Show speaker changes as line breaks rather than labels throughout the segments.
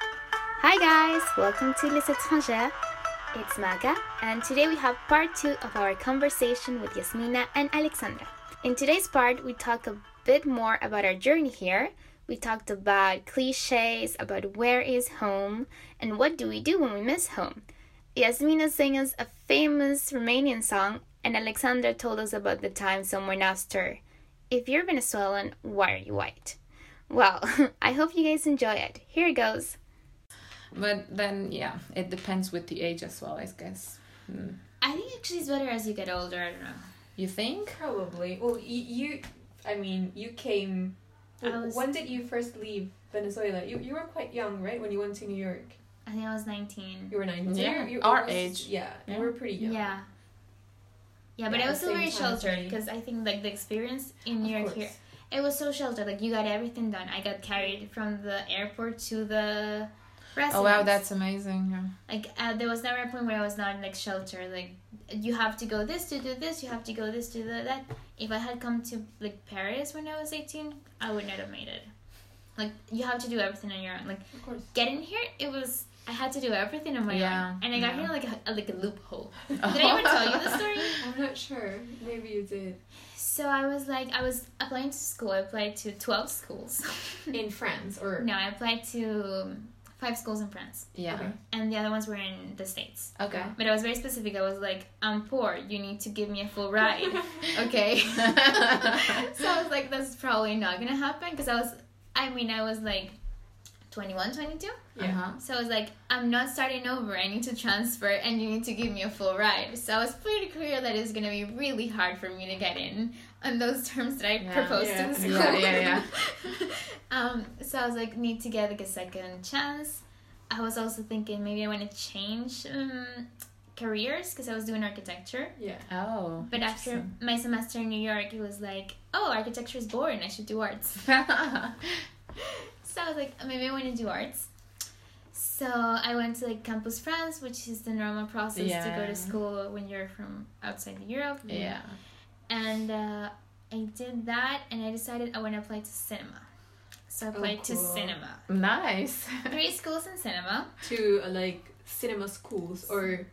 Hi guys, welcome to Les Étrangères. It's Maga, and today we have part two of our conversation with Yasmina and Alexandra. In today's part, we talk a bit more about our journey here. We talked about cliches, about where is home, and what do we do when we miss home. Yasmina sang us a famous Romanian song, and Alexandra told us about the time someone asked her, If you're Venezuelan, why are you white? Well, I hope you guys enjoy it. Here it goes.
But then, yeah, it depends with the age as well, I guess. Mm.
I think actually it's better as you get older. I don't know.
You think?
Probably. Well, you, you I mean, you came.
I was-
When did you first leave Venezuela? You, you were quite young, right? When you went to New York,
I think I was 19.
you were nineteen.
Yeah,
you,
our age.
Yeah,
Yeah.
you were pretty
Yeah.
young.
Yeah, but
Yeah,
I was still
same
very
time for
sheltered
me.
because I think like the experience in New
Of
York
course.
here, it was so sheltered. Like you got everything done. I got carried from the airport to the residence.
Oh wow, that's amazing. Yeah.
like uh, there was never a point where I was not like sheltered. Like you have to go this to do this. You have to go this to do that. If I had come to like Paris when I was 18, I would not have made it. Like you have to do everything on your own. Like
Of course.
getting here, it was I had to do everything on my
Yeah,
own, and I got
yeah.
here like a, like a loophole. Did I even tell you the story?
I'm not sure. Maybe you did
So I was like, I was applying to school. I applied to twelve schools.
in France or
no, I applied to um, five schools in France,
Yeah.
and the other ones were in the states.
Okay.
But I was very specific. I was like, I'm poor. You need to give me a full ride. okay. so I was like, that's probably not gonna happen because I was, I mean, I was like, 21, 22.
Uh-huh.
So I was like, I'm not starting over. I need to transfer, and you need to give me a full ride. So I was pretty clear that it's gonna be really hard for me to get in on those terms that I
Yeah.
proposed
Yeah.
to the school.
Yeah, yeah, yeah.
um, so I was like, need to get like a second chance. I was also thinking maybe I want to change um, careers because I was doing architecture.
Yeah.
Oh.
But after
interesting.
my semester in New York, it was like, oh, architecture is boring. I should do arts. So I was like, maybe I want to do arts. So I went to like Campus France, which is the normal process to go
Yeah.
to school when you're from outside Europe.
yeah.
And uh, I did that, and I decided I want to apply to cinema. So
Oh,
I applied to
cool.
cinema.
Nice.
Three schools in cinema.
To uh, like cinema schools or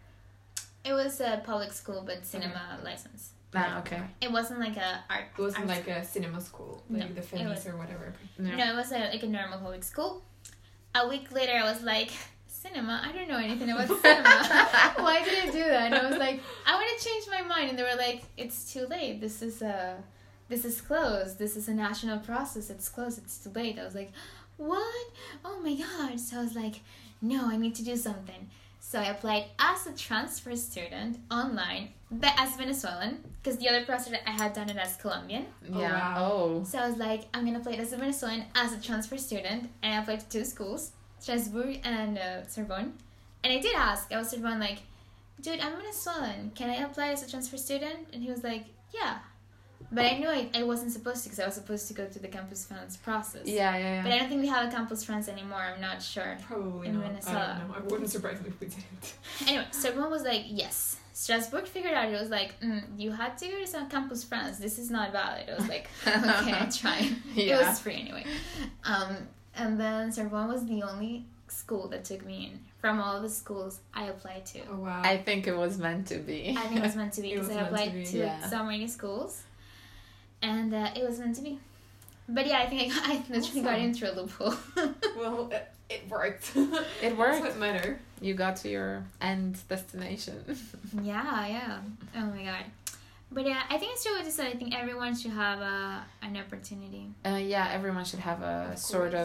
It was a public school, but cinema license.
ah, okay.
It wasn't like a art.
it wasn't
art
like a cinema school,
No,
like the
it
Femis
wasn't.
or whatever.
Yeah.
No, it was a, like a normal public school. A week later, I was like, cinema? I don't know anything about cinema. Why did I do that? And I was like, I want to change my mind. And they were like, it's too late. This is a, this is closed. This is a national process. It's closed. It's too late. I was like, what? Oh my god. So I was like, no, I need to do something. So I applied as a transfer student online, but as Venezuelan, because the other process I had done it as Colombian.
Yeah.
wow.
Oh.
So I was like, I'm gonna play as a Venezuelan as a transfer student, and I applied to two schools, Strasbourg and uh, Sorbonne. And I did ask, I was Sorbonne like, dude, I'm Venezuelan, can I apply as a transfer student? And he was like, yeah. But I knew I, I wasn't supposed to because I was supposed to go to the Campus France process.
Yeah, yeah,
But
yeah.
I don't think we have a Campus France anymore, I'm not sure.
Probably
In
not. I
Venezuela.
don't know. I wouldn't surprise me if we didn't.
Anyway, Sorbonne was like, yes. Strasbourg figured out, it was like, mm, you had to go to some Campus France, this is not valid. I was like, okay, I tried.
Yeah.
It was free anyway. Um, and then Sorbonne was the only school that took me in from all the schools I applied to.
Oh wow.
I think it was meant to be.
I think it was meant to be
It
because
was
I
meant to
applied to,
be.
Yeah.
so many schools, and uh, it was meant to be. But yeah, I think I, got, I literally got
Awesome.
in through a loophole.
well, it, it worked.
It
That's
worked.
what matter.
You got to your end destination.
yeah, yeah. Oh my god. But yeah, I think it's true what you said. I think everyone should have a, an opportunity.
uh, yeah, everyone should have a
Of
sort
course.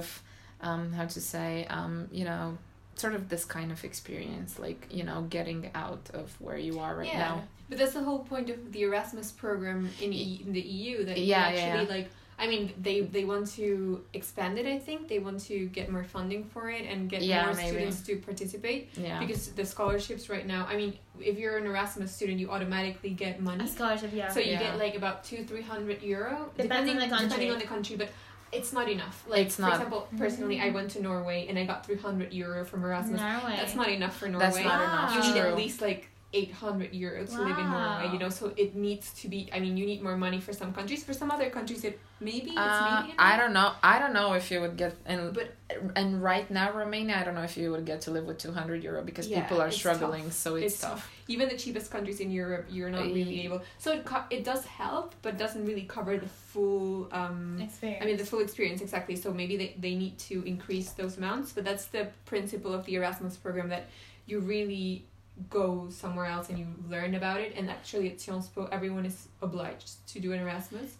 of, um, how to say, um, you know, sort of this kind of experience, like you know, getting out of where you are right now.
But that's the whole point of the Erasmus program in, e- in the EU that you
Yeah,
actually
yeah,
like. I mean, they they want to expand it. I think they want to get more funding for it and get
Yeah,
more
maybe.
students to participate
Yeah.
because the scholarships right now. I mean, if you're an Erasmus student, you automatically get money.
A scholarship, yeah.
Mm-hmm. So you
Yeah.
get like about two three hundred euro
Depends on the country.
depending on the country, but. It's not enough. Like
It's
for
not.
example, personally, I went to Norway and I got three hundred euro from Erasmus.
Norway.
That's not enough for Norway.
That's not
Wow.
enough.
You need
True.
at least like 800 euro to live in Norway,
Wow.
you know, so it needs to be. I mean, you need more money for some countries. For some other countries, it maybe it's
Uh,
maybe.
I don't know. I don't know if you would get and
But-
and right now Romania, I don't know if you would get to live with two hundred euro because
Yeah,
people are
it's
struggling.
tough.
So it's,
It's
tough.
Even the cheapest countries in Europe, you're not really
Yeah.
able. So it co- it does help, but doesn't really cover the full. Um,
Experience.
I mean, the full experience exactly. So maybe they, they need to increase those amounts, but that's the principle of the Erasmus program that you really go somewhere else and you learn about it. And actually, at Sciences Po, everyone is obliged to do an Erasmus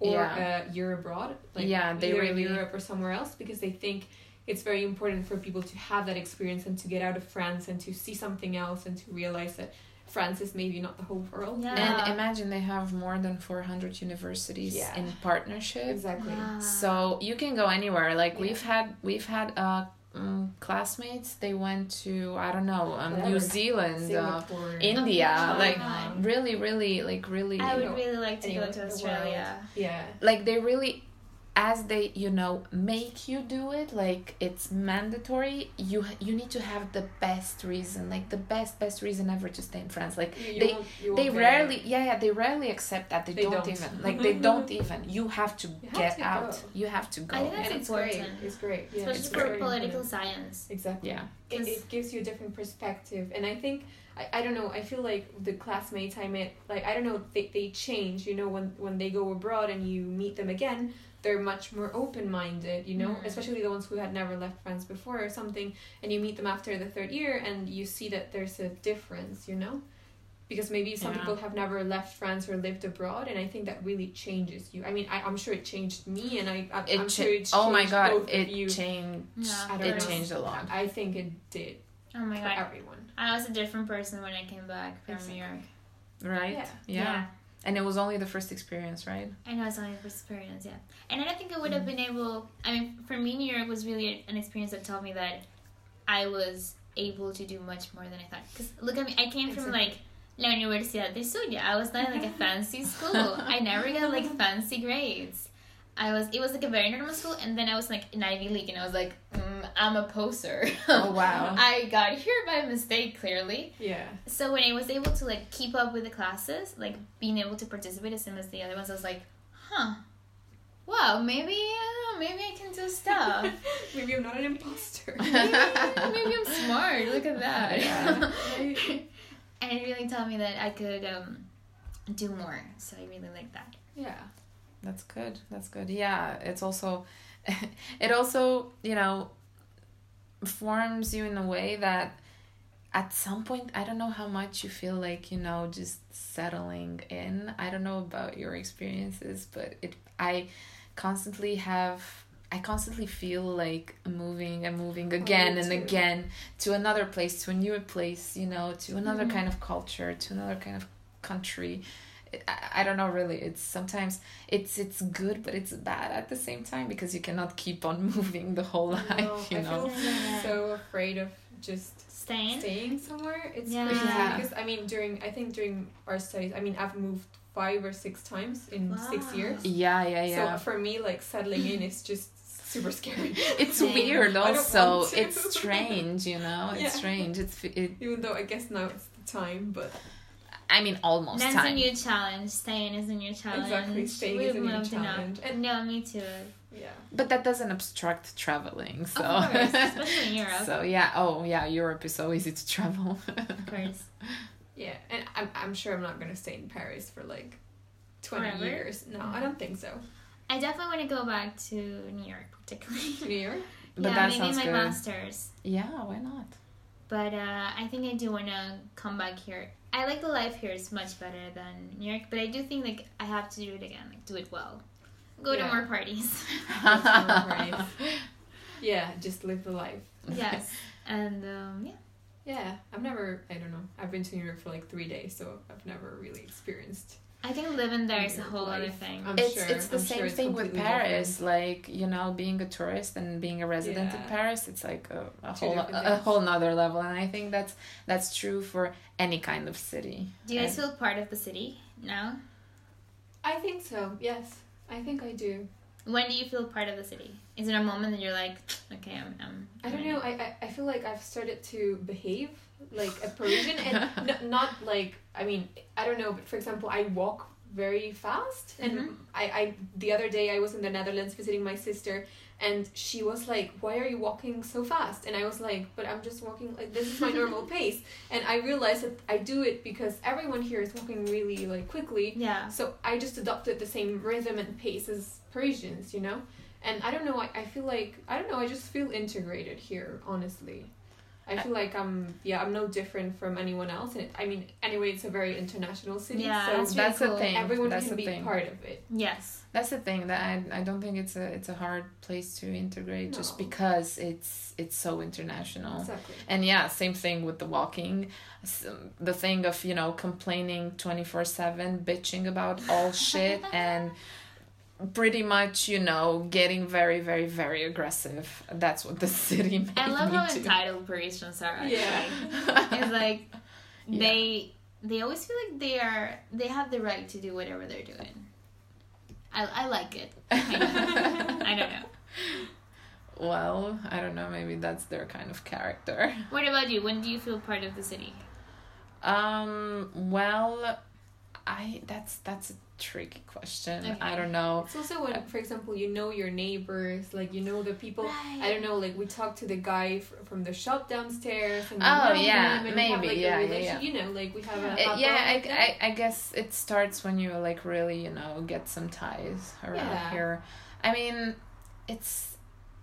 or
Yeah.
a year abroad, like
Yeah, they
either
really-
in Europe or somewhere else, because they think it's very important for people to have that experience and to get out of France and to see something else and to realize that France is maybe not the whole world.
Yeah.
And imagine they have more than four hundred universities
Yeah.
in partnership.
Exactly.
Wow.
so you can go anywhere like
Yeah.
we've had we've had uh um, classmates they went to i don't know um, new
Whatever.
zealand uh,
Singapore.
india
Oh,
like
wow.
really really like really
I
know,
would really like to go
anywhere
to
in the
Australia.
yeah.
like they really as they you know make you do it like it's mandatory you you need to have the best reason like the best best reason ever to stay in france like
You- you
they
won't- you won't
they
get it.
rarely yeah yeah they rarely accept that they,
They
don't,
don't.
even like they don't even you have to
have
get
to
out
go.
you have to go
I think that's
and it's great.
important.
It's great. Yeah,
Especially
it's
for
very
political
important.
science.
Exactly.
yeah
It,
'Cause-
it gives you a different perspective, and I think I, I don't know. I feel like the classmates I met, like I don't know, they they change. You know, when when they go abroad and you meet them again, they're much more open minded. You know,
Mm-hmm.
Mhm.
especially the ones who had never left France before or something, and you meet them after the third year, and you see that there's a difference. You know. Because maybe some
Yeah.
people have never left France or lived abroad, and I think that really changes you. I mean, I, I'm sure it changed me, and I, I
it
I'm
cha-
sure it
oh my
changed both
god
of
it
you.
changed
Yeah.
I don't
it
know.
changed a lot
I think it did
Oh my
for
god.
everyone.
I was a different person when I came back from New York.
right
Yeah.
and it was only the first experience right
I know it's only the first experience, yeah. And I don't think I would have
Mm.
been able. I mean, for me, New York was really an experience that taught me that I was able to do much more than I thought. Because look at me, I came from
Exactly.
like La Universidad de Suya. I was not in, like a fancy school. I never got like fancy grades. I was. It was like a very normal school, and then I was like in Ivy League, and I was like, mm, I'm a poser.
oh wow
I got here by mistake, clearly.
Yeah.
So when I was able to like keep up with the classes, like being able to participate the same as the other ones, I was like, huh, wow, maybe I don't know, maybe I can do stuff.
Maybe I'm not an imposter.
maybe, maybe I'm smart. Look at that.
Yeah.
and it really taught me that I could um, do more. So I really like that.
yeah.
that's good that's good yeah it's also it also you know forms you in a way that at some point i don't know how much you feel like you know just settling in i don't know about your experiences but it i constantly have i constantly feel like moving and moving again
Oh, me
and
too.
again to another place to a new place you know to another
Mm-hmm.
Mhm.
kind of culture to another kind of country I, I don't know really it's sometimes it's it's good but it's bad at the same time because you cannot keep on moving the whole life you
I
know
feel
Yeah.
so afraid of just
Staying.
staying somewhere. It's
Yeah.
crazy
Yeah.
because I mean during I think during our studies I mean I've moved five or six times in six
Wow.
years.
Yeah, yeah, yeah.
So for me like settling in is just super scary.
it's
Same.
weird
I don't
also.
want to.
It's strange, you know. It's
Yeah.
strange. It's it,
Even though I guess now it's the time, but
I mean almost
That's a
time.
new challenge. Staying is a new challenge.
exactly staying is
We've
a new
moved enough.
challenge. And
Uh, No, me too.
yeah.
But that doesn't obstruct traveling. So
Of course, especially in Europe.
So yeah, oh yeah, Europe is so easy to travel.
Of course.
Yeah, and I'm, I'm sure I'm not gonna stay in Paris for like 20
Forever?
years. No, I don't think so.
I definitely want to go back to New York, particularly.
To New York?
But
yeah,
that
maybe
sounds
my
good.
master's.
yeah, why not?
But uh, I think I do want to come back here. I like the life here is much better than New York, but I do think like I have to do it again, like do it well, go to
Yeah.
more parties.
Right. Yeah, just live the life.
yes, and um, yeah,
Yeah, I've never, I don't know, I've been to New York for like three days, so I've never really experienced.
I think living there is a
New York
whole other
life.
thing.
I'm
it's
sure.
it's the
I'm
same
sure it's
thing with
completely different.
Paris. Like you know, being a tourist and being a resident in
Yeah.
Paris, it's like a, a
Two
whole
different
a, a
things.
whole nother level. And I think that's that's true for any kind of city.
Do you guys feel part of the city now?
I think so, yes. I think I do.
When do you feel part of the city? Is there a moment that you're like, okay, I'm. I'm
I don't know. I, I, I feel like I've started to behave like a Parisian and n- not like, I mean, I don't know, but for example, I walk very fast. And
Mhm.
I, I, the other day I was in the Netherlands visiting my sister and she was like, why are you walking so fast? And I was like, but I'm just walking, like, this is my normal pace. And I realized that I do it because everyone here is walking really like quickly.
Yeah.
So I just adopted the same rhythm and pace as Parisians, you know? And I don't know, I, I feel like, I don't know, I just feel integrated here, honestly. I feel like I'm, yeah, I'm no different from anyone else. And it, I mean, anyway, it's a very international city,
Yeah,
so
that's really
That's the
cool.
thing.
everyone
That's the
can be
thing.
part of it.
Yes.
That's the thing that I, I don't think it's a it's a hard place to integrate just
No.
because it's it's so international.
Exactly.
And yeah, same thing with the walking. S- The thing of, you know, complaining 24 7, bitching about all shit, and pretty much, you know, getting very, very, very aggressive. That's what the city made
I love
me
how
do.
entitled Parisians are. Actually.
Yeah.
It's like
Yeah.
they they always feel like they are they have the right to do whatever they're doing. I I like it. I don't know.
Well, I don't know, maybe that's their kind of character.
What about you? When do you feel part of the city?
Um, well, I that's that's a tricky question.
Okay.
I don't know.
It's also when, for example, you know your neighbors, like you know the people.
Right.
I don't know, like we talked to the guy f- from the shop downstairs. And we
Oh,
know
yeah,
him and we have,
maybe,
like, a
yeah, yeah, yeah.
relation- You know, like we have a.
Uh,
a
yeah,
bond
I,
like that.
I, I guess it starts when you like really, you know, get some ties around
Yeah.
here. I mean, it's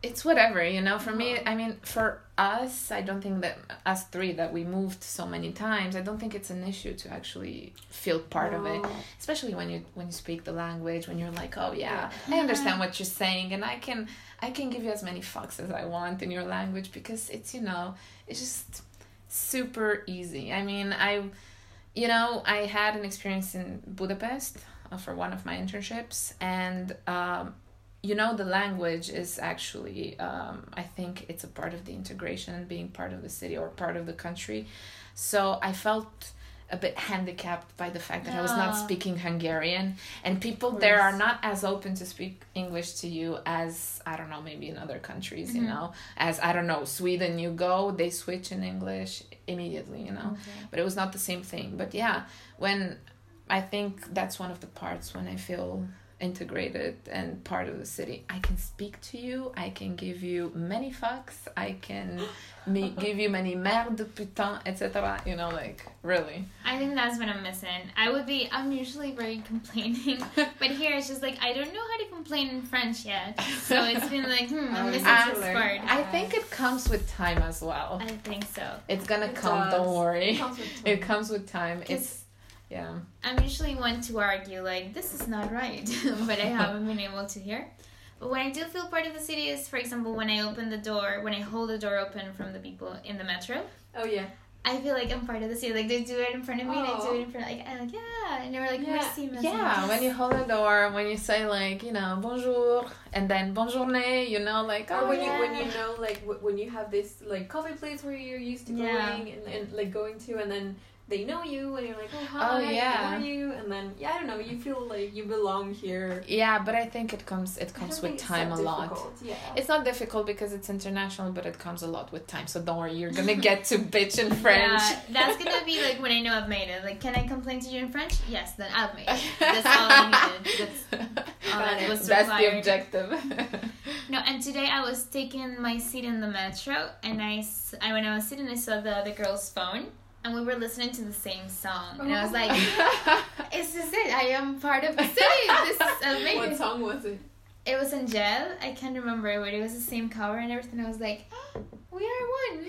it's whatever, you know. For me, I mean, for us, I don't think that us three that we moved so many times. I don't think it's an issue to actually feel part of it,
No.
especially when you when you speak the language. When you're like, oh yeah, I understand what you're saying, and I can I can give you as many fucks as I want in your language because it's you know it's just super easy. I mean, I you know, I had an experience in Budapest uh, for one of my internships, and um, you know, the language is actually, um, I think it's a part of the integration and being part of the city or part of the country. So I felt a bit handicapped by the fact that I was
Ah.
not speaking Hungarian, and people
Of
there
course.
are not as open to speak English to you as I don't know, maybe in other countries, you
Mm-hmm.
know, as I don't know, Sweden, you go, they switch in English immediately, you know but it was not the same thing but yeah when i think that's one of the parts when i feel integrated and part of the city i can speak to you i can give you many fucks i can me- give you many merde putain etc you know like really
I think that's what I'm missing. I would be. I'm usually very complaining, but here it's just like I don't know how to complain in French yet. So it's been like, hmm, I'm
Oh,
missing
yeah.
this
Absolutely.
part.
i think it comes with time as well
I think so.
it's gonna
It
come
does.
don't worry
It comes with
it
time.
comes with time it's yeah
I'm usually one to argue like this is not right, but I haven't been able to hear. But when I do feel part of the city is, for example, when I open the door, when I hold the door open from the people in the metro,
Oh yeah.
I feel like I'm part of the city. Like they do it in front of me, they
Oh.
do it in front, like uh, yeah, and they were like
Yeah.
merci, merci.
Yeah, when you hold the door, when you say like you know bonjour and then bonjournée, you know like oh,
Or when
yeah.
you when you know like w- when you have this like coffee place where you're used to going
Yeah.
and, and like going to and then they know you and you're like oh hi
Oh,
how
yeah.
are you and then yeah I don't know you feel like you belong here.
Yeah, but I think it comes it
I
comes
don't
with
think it's
time
that
a lot.
difficult, Yeah.
It's not difficult because it's international, but it comes a lot with time. So don't worry, you're gonna get to bitch in French.
Yeah, that's gonna be like when I know I've made it. Like, can I complain to you in French? Yes, then I've made it. That's all I needed. That's all that was
That's the
required.
objective.
No, and today I was taking my seat in the metro, and I, s- I- when I was sitting, I saw the other girl's phone, and we were listening to the same song, and I was like, "This is it! I am part of the city. This is
what
amazing."
song was it?
It was Angel. I can't remember, but it was the same cover and everything. I was like, "Ah, "We are one."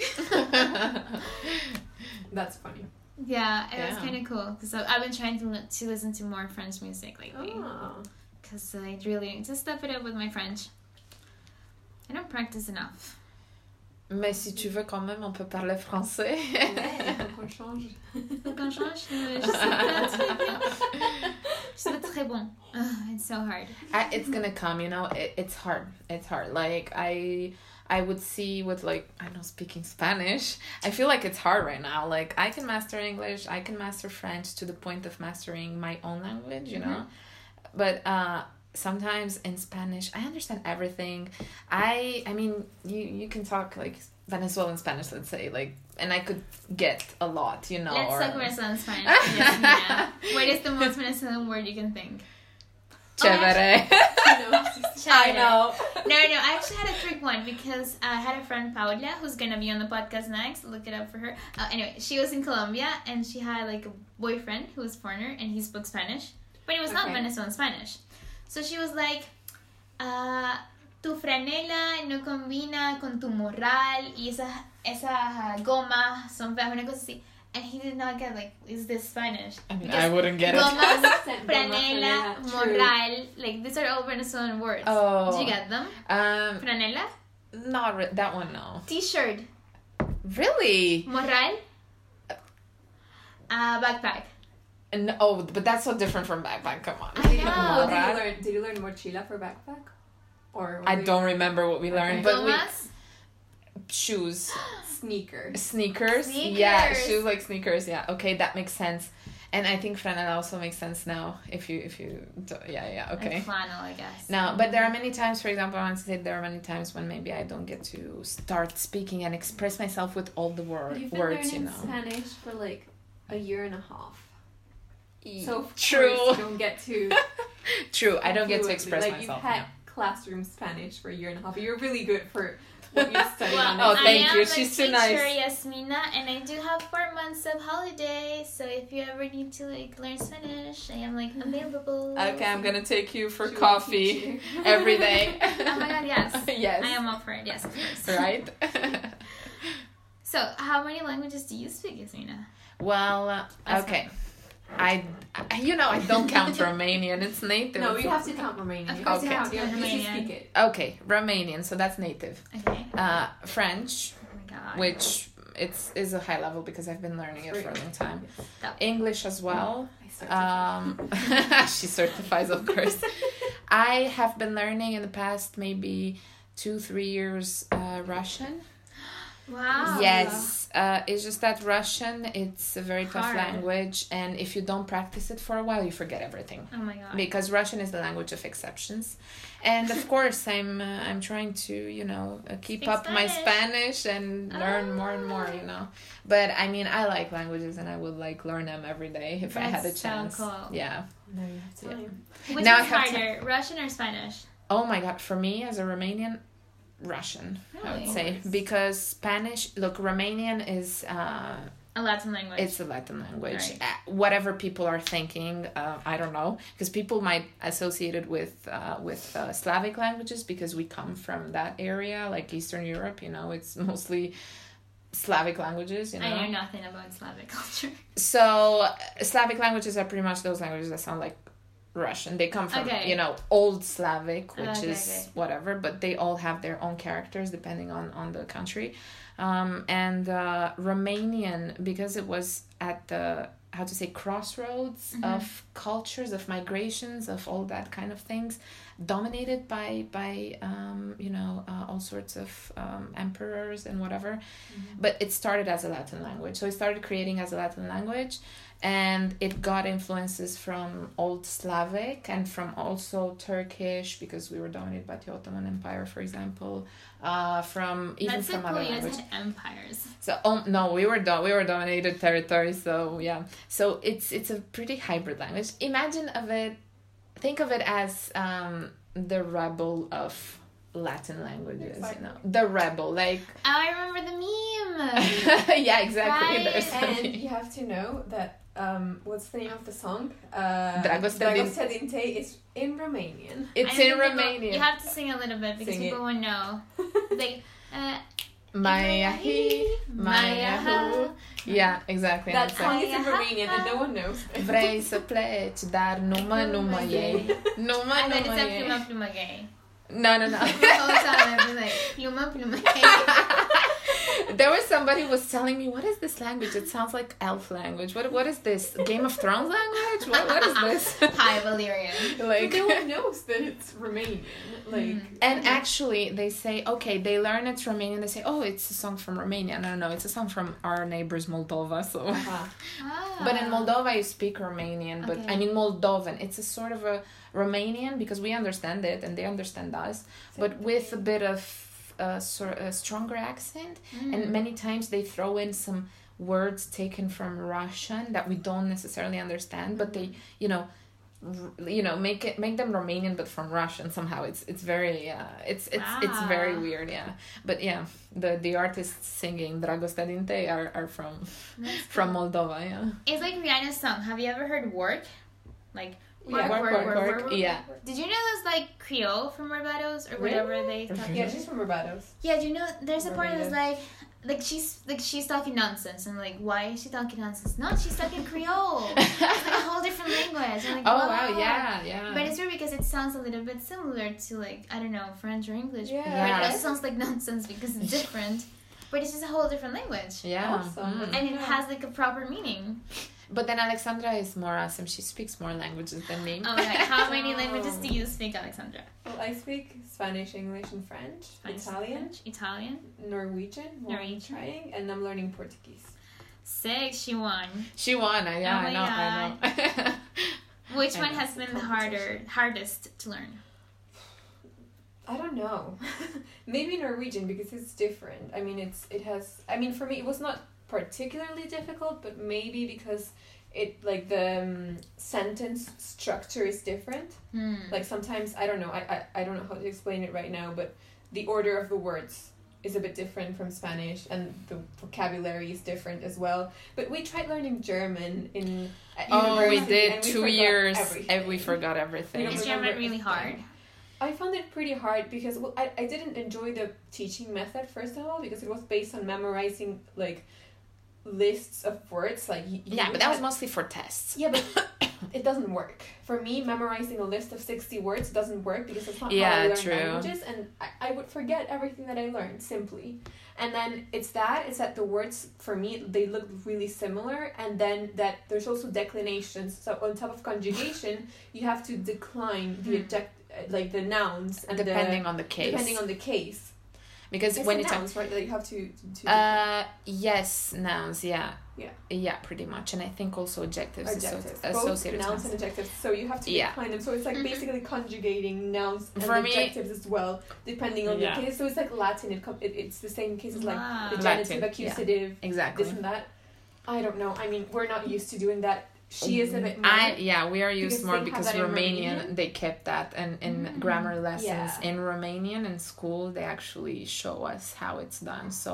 That's funny.
yeah, it was
Yeah.
kind of cool because I've been trying to li- to listen to more French music lately
Oh.
because I really need to step it up with my French. I don't practice enough.
Mais si tu veux quand même, on peut parler français.
qu'on change.
Faut qu'on change, euh, je sais pas, tu sais pas. Je suis pas très bon. Ugh, it's so hard.
I, it's gonna come you know it, it's hard it's hard like i i would see with like i know speaking spanish i feel like it's hard right now like i can master english i can master french to the point of mastering my own language you know but uh sometimes in Spanish, I understand everything. I I mean, you you can talk like Venezuelan Spanish, let's say, like, and I could get a lot, you know.
Let's
or-
talk Venezuelan Spanish. yes, yeah. What is the most Venezuelan word you can think?
Chévere.
I No, no, I actually had a trick one because I had a friend Paula who's gonna be on the podcast next. Look it up for her. Uh, anyway, she was in Colombia and she had like a boyfriend who was foreigner and he spoke Spanish, but it was not
Okay.
Venezuelan Spanish. So she was like, uh, "Tu franela no combina con tu morral y esas esas uh, gomas son feas", una cosa así. And he did not get like, is this Spanish?
I mean,
Because
I wouldn't get it.
Gomas,
Franela,
franela,
true.
morral, like these are all Venezuelan words.
Oh.
Did you get them?
Um,
Franela,
not re- that one. No.
t-shirt,
Really?
morral, uh, backpack.
No, oh, but that's so different from backpack. Come on.
I know.
Oh, did you
Morral.
learn? Did you learn mochila for backpack? Or
I
were you-
don't remember what we learned, but we
Gomas,
shoes,
sneaker.
sneakers. Yeah,
Sneakers.
shoes like sneakers. Yeah. Okay, that makes sense. And I think franela also makes sense now. If you, if you, do- yeah, yeah. Okay.
and flannel, I guess.
No, but there are many times, for example, I want to say there are many times when maybe I don't get to start speaking and express myself with all the wor-
You've been
words, you
learning
know.
Spanish for like a year and a half. So
So
of
true,
course you don't get to.
true. I don't get to
fluently.
express
like,
myself.
You've had
no.
classroom Spanish for a year and a half. You're really good for what you studied. on
Oh,
it.
thank
I
you.
am
She's
a
too nice.
teacher, Yasmina, and I do have four months of holiday. So if you ever need to like learn Spanish, I am like available.
Okay, I'm gonna take you for
She will
coffee
teach you.
every day.
Oh my god, yes.
yes.
I am up for it. Yes, of course.
right.
So, how many languages do you speak, Yasmina?
well,
That's
okay. I, I, you know, I don't count Romanian. It's native.
No, you have to count Romanian.
Of
You
course
have to
you
count.
have to count
You have to
Romanian.
speak it.
Okay, Romanian. So that's native.
Okay.
Uh, French.
Oh my god.
which it's is a high level because I've been learning it for a long time.
That-
English as well.
I started.
Um, she certifies, of course. I have been learning in the past maybe two three years uh, Russian.
Wow.
yes, uh, it's just that Russian it's a very tough
Ah. Hard.
language, and if you don't practice it for a while, you forget everything
Oh my god.
because Russian is the language of exceptions, and of course I'm uh, I'm trying to you know uh, keep
Speak
up my
Spanish. Ah.
Spanish and learn more and more you know. But I mean I like languages and I would like learn them every day if I had a
That's so
chance.
cool.
Yeah.
No, you have to.
Which
Now I
is
have to-
harder, Russian or Spanish?
Oh my God! For me as a Romanian, Russian I would
Really?
say because Spanish. Look, Romanian is uh,
A Latin language.
it's a Latin language.
Right.
Uh, whatever people are thinking, uh, I don't know, because people might associate it with uh, with uh, Slavic languages because we come from that area, like Eastern Europe. You know, it's mostly Slavic languages. You know,
I know nothing about Slavic culture.
so uh, Slavic languages are pretty much those languages that sound like Russian. They come from
Okay.
you know old Slavic, which
Okay,
is
okay.
whatever, but they all have their own characters depending on on the country. Um, and uh, Romanian because it was at the how to say crossroads
Mm-hmm.
of cultures of migrations of all that kind of things dominated by by um, you know uh, all sorts of um, emperors and whatever but it started as a Latin language. So it started creating as a Latin language, and it got influences from Old Slavic and from also Turkish because we were dominated by the Ottoman Empire, for example. Uh, from even
That's so
from
cool.
other
You guys
languages.
had empires.
So oh no, we were do- we were dominated territory. So yeah, so it's it's a pretty hybrid language. Imagine of it, think of it as um, the rebel of. Latin languages, you know, the rebel, like
Oh, I remember the meme.
yeah, exactly.
Right.
There's something.
And you have to know that um, what's the name of the song? Uh,
Dragostea din-
Dragostea din Te is in Romanian.
It's
I
in
think people- You
Romania.
have to sing a little bit because
Sing it.
people won't know. Like, uh,
Maya hi,
Maya
Maya hu. Yeah, exactly.
That
That's
song is in
Aha.
Romanian and no one knows.
Vrei să pleci, dar numai,
Nu mă
numai ei.
iei.
Numai,
and then it's a
numai ei.
pluma pluma gay.
No, no, no.
The whole time I've been like, pluma pluma gay.
there was somebody who was telling me, what is this language? It sounds like elf language. What What is this? Game of Thrones language? What, what is this?
Hi, Valerian.
Like,
like, Hmm.
no one knows that it's Romanian. Like,
Mm-hmm.
And actually, they say, okay, they learn it's Romanian. They say, oh, it's a song from Romania. No, no, no, it's a song from our neighbors, Moldova. So.
uh,
Ah.
But in Moldova, you speak Romanian, but
Okay.
I mean Moldovan. It's a sort of a Romanian because we understand it and they understand us, but with a bit of a, sor- a stronger accent.
Mm-hmm. Hmm.
And many times they throw in some words taken from Russian that we don't necessarily understand, but they,
Mm-hmm.
you know, r- you know, make it make them Romanian but from Russian somehow. It's it's very uh, it's it's it's very
Ah.
weird, yeah. But yeah, the the artists singing Dragostea din Tei are are from from Moldova, yeah.
It's like Rihanna's song. Have you ever heard work? Like
Yeah,
work, work, work, yeah.
Did you know there's like Creole from Barbados or whatever they talk?
Yeah, she's from Barbados.
Yeah, do you know there's a part that's
Barbados.
like like she's like she's talking nonsense and like why is she talking nonsense? No, she's talking Creole. it's like a whole different language. I'm like,
Oh wow, yeah, yeah.
But it's weird because it sounds a little bit similar to like I don't know French or English.
Yeah.
But it
Yeah.
also sounds like nonsense because it's different. but it's just a whole different language.
yeah.
Awesome.
mm.
And it
Yeah.
has like a proper meaning.
But then Alexandra is more awesome. She speaks more languages than me.
Oh my god, how many
Oh.
languages do you speak, Alexandra?
Well, I speak Spanish, English, and French,
French,
Italian,
French, Italian.
Norwegian. Well, I'm
Norwegian.
trying, and I'm learning Portuguese.
Six, she won.
She won. I, yeah,
Oh my
I know. I know.
Which
I
one
know,
has
it's
been
a
the harder, hardest to learn?
I don't know. Maybe Norwegian because it's different. I mean, it's it has. I mean, for me, it was not particularly difficult, but maybe because it like the um, sentence structure is different.
Hmm.
Like sometimes I don't know. I, I I don't know how to explain it right now, but the order of the words is a bit different from Spanish, and the vocabulary is different as well. But we tried learning German in at
oh, we
university,
did
and we
two
forgot
years, and
everything.
we forgot everything.
don't
Is
remember
German really
everything.
hard?
I found it pretty hard because well, I, I didn't enjoy the teaching method first of all because it was based on memorizing like lists of words like y-
yeah,
you
but that was
had-
mostly for tests.
yeah but it doesn't work for me memorizing a list of 60 words doesn't work because it's not how I
Yeah,
learn
true.
languages and I, I would forget everything that I learned simply and then it's that it's that the words for me they look really similar and then that there's also declinations so on top of conjugation you have to decline the
Hmm.
adject uh, like the nouns and the
depending on the case.
depending on the case.
because
It's
when
the
you talk,
nouns, right? That you have to. to
uh, yes, nouns. Yeah.
Yeah.
Yeah, pretty much, and I think also adjectives, asso-
adjectives, both
associated nouns.
nouns and adjectives. So you have to
Yeah.
define them. So it's like
Mhm.
basically conjugating nouns and
For me-
adjectives as well, depending on
Yeah.
the case. So it's like Latin. It, com- it it's the same case as like
Wow.
the
Ah. Latin,
genitive,
yeah.
accusative,
Exactly.
this and that. I don't know. I mean, we're not used to doing that. She is a bit more.
Mm-hmm. I yeah, we are used
Because
more
they have
because
that in
Romanian,
Romanian? Mm-hmm.
they kept that and in
Mm.
grammar lessons
Yeah.
in Romanian in school they actually show us how it's done. So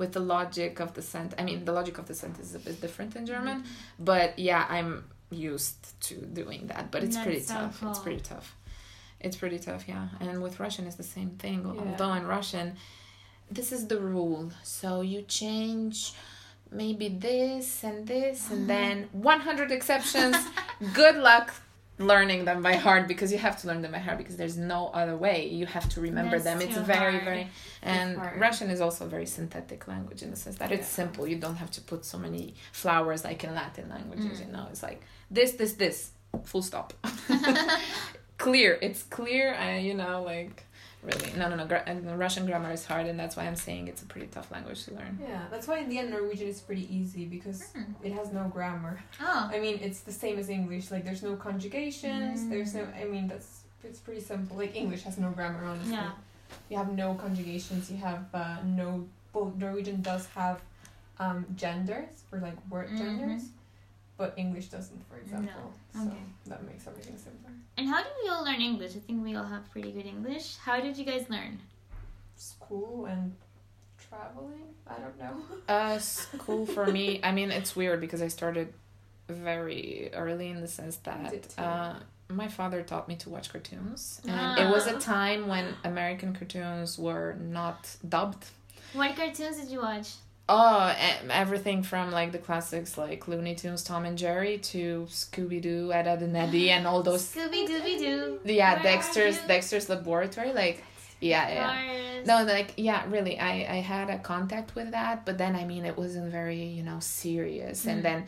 with the logic of the sent I mean the logic of the sentence is a bit different in German,
Mm-hmm.
but yeah, I'm used to doing that, but it's
That's
pretty
so
tough. It's
cool.
pretty tough. It's pretty tough, yeah. And with Russian it's the same thing,
Yeah.
although in Russian this is the rule. So you change maybe this and this and then 100 exceptions good luck learning them by heart because you have to learn them by heart because there's no other way you have to remember
That's
them it's
too
very
hard.
very and
hard.
russian is also a very synthetic language in the sense that it's
Yeah.
simple you don't have to put so many flowers like in latin languages
Mm.
you know it's like this this this full stop clear it's clear uh, you know like really no no no gra- and russian grammar is hard and that's why i'm saying it's a pretty tough language to learn
Yeah, that's why in the end Norwegian is pretty easy because
Hmm.
it has no grammar.
Oh,
I mean, it's the same as English. Like, there's no conjugations. There's no. I mean, that's it's pretty simple. Like English has no grammar, honestly.
Yeah.
You have no conjugations. You have uh, no. Well, Norwegian does have um, genders for like word
Mhm.
genders, but English doesn't, for example. So
Okay.
that makes everything simpler.
and how did we all learn English? I think we all have pretty good English. How did you guys learn?
School and traveling. I don't know.
Uh, school for me, I mean, it's weird because I started very early in the sense
did
that
too.
uh, my father taught me to watch cartoons. And Mm, it was a
Ah.
time when American cartoons were not dubbed.
What cartoons did you watch?
Oh, e- everything from like the classics like Looney Tunes, Tom and Jerry to Scooby Doo, Ed, Ed and Eddie, and all those.
Scooby Dooby Doo.
Yeah,
Where are
Dexter's
you?
Dexter's Laboratory. Like, yeah, yeah.
Doris.
No, like yeah, really. I I had a contact with that, but then I mean it wasn't very you know serious.
Mm.
And then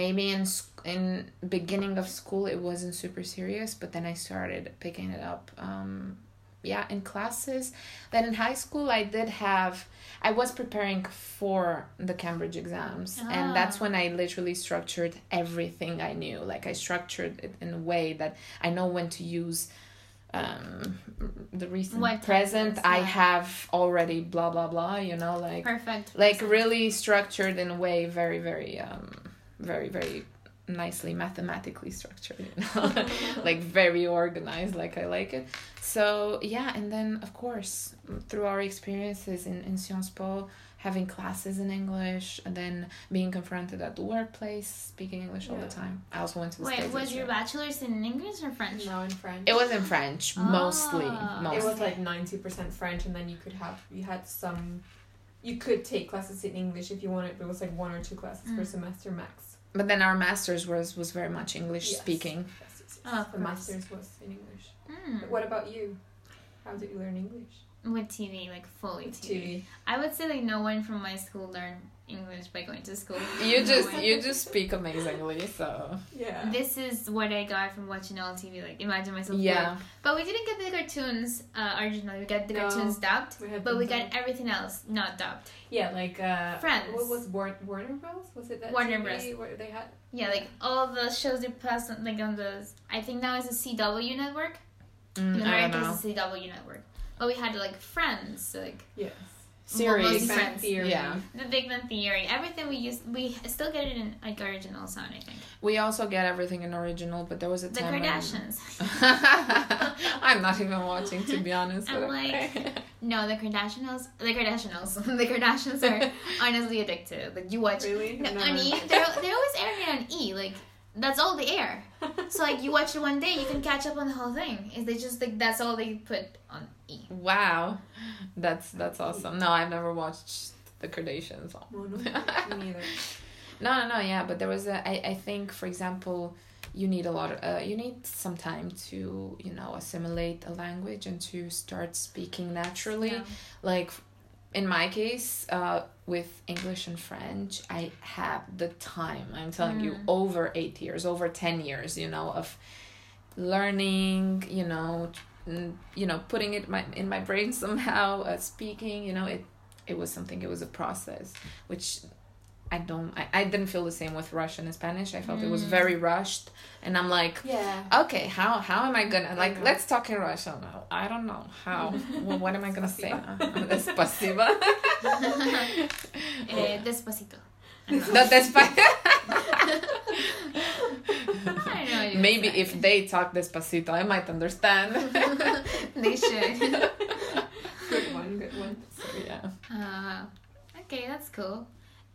maybe in s- in beginning of school it wasn't super serious, but then I started picking it up um yeah in classes then in high school i did have i was preparing for the cambridge exams
Ah.
and that's when i literally structured everything i knew like i structured it in a way that i know when to use um the recent
What
present
tenses,
i
yeah.
have already blah blah blah you know like
Perfect.
like really structured in a way very very um very very nicely mathematically structured you know like very organized like i like it so yeah and then of course through our experiences in in sciences po having classes in english and then being confronted at the workplace speaking english all the
Yeah.
time i also went to the
Wait,
States
was
this
your
year.
bachelor's in English or French?
Now in French.
it was in french mostly
Ah. It
It
mostly
was like ninety percent French, and then you could have you had some. You could take classes in English if you wanted, but it was like one or two classes per
Mm.
semester max.
but then our masters was was very much english
Yes.
speaking
Yes, yes,
Oh,
yes.
of
the
course.
masters was in English.
Mm.
What about you? How did you learn English?
With TV, like fully TV. I would say like no one from my school learned English by going to school.
you
No
just
one.
you just speak amazingly so
Yeah.
This is what I got from watching all TV. Like imagine myself.
yeah
But we didn't get the cartoons uh, original. We got the
No.
cartoons dubbed,
We had
but
them
we
done.
Mm-hmm.
got everything else not dubbed.
yeah, like uh,
Friends.
What was Warner, Warner Bros? Was it that
Warner
TV
Bros.
Where they had
Yeah, like all the shows they passed on, like on the. I think now it's a CW network.
Mm,
In
I don't
America,
know.
it's a CW network. But we had like Friends, so, like
yes.
Big
Series.
Bang
Friends.
Friends.
Theory.
Yeah.
The Big Bang Theory. Everything we used, we still get it in like original sound. I think
We also get everything in original, but there was a
the
time. when-
Kardashians.
I'm not even watching, to be honest.
I'm
but-
like- No, the Kardashians. The Kardashians. the Kardashians are honestly addictive. Like you watch.
Really?
No,
Never.
on E, they're they're always airing it on E. Like that's all they air. So like you watch it one day, you can catch up on the whole thing. Is they just like that's all they put on E.
wow, that's that's awesome. No, I've never watched the Kardashians.
No, no, me neither.
No, no, no. Yeah, but there was a. I, I think, for example, you need a lot. Of, uh, you need some time to you know assimilate a language and to start speaking naturally.
Yeah.
Like, in my case, uh, with English and French, I have the time. I'm telling you, over eight years, over ten years. You know of learning. You know, n- you know, putting it my in my brain somehow. Uh, speaking. You know, it it was something. It was a process, which I don't I, I didn't feel the same with Russian and Spanish. I felt it was very rushed and I'm like
Yeah.
okay how how am I gonna like
Yeah.
let's talk in Russian now. I don't know how well, what am I gonna say now? Despacito.
Eh, Despacito. I don't know.
Not despacito.
I know you
Maybe
said.
if they talk despacito I might understand.
they should.
Good one. Good one.
So, yeah.
Uh, okay, that's cool.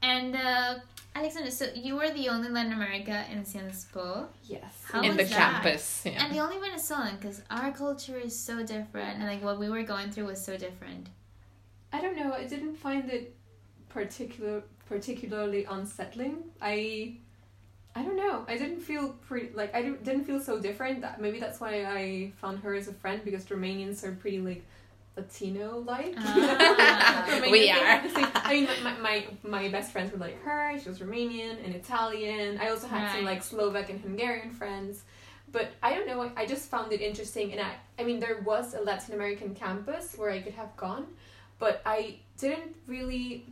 And uh, Alexander, so you were the only Latin America in Sciences Po,
Yes.
How
in the
was that?
campus. Yeah.
and the only Venezuelan, because our culture is so different, and like what we were going through was so different.
I don't know. I didn't find it particular particularly unsettling. I I don't know. I didn't feel pretty like I didn't didn't feel so different. That maybe that's why I found her as a friend because Romanians are pretty like Latino like.
Ah.
We
I mean, my, my my best friends were like her. She was Romanian and Italian. I also had some
Right.
like Slovak and Hungarian friends. But I don't know. I just found it interesting, and I I mean there was a Latin American campus where I could have gone but I didn't really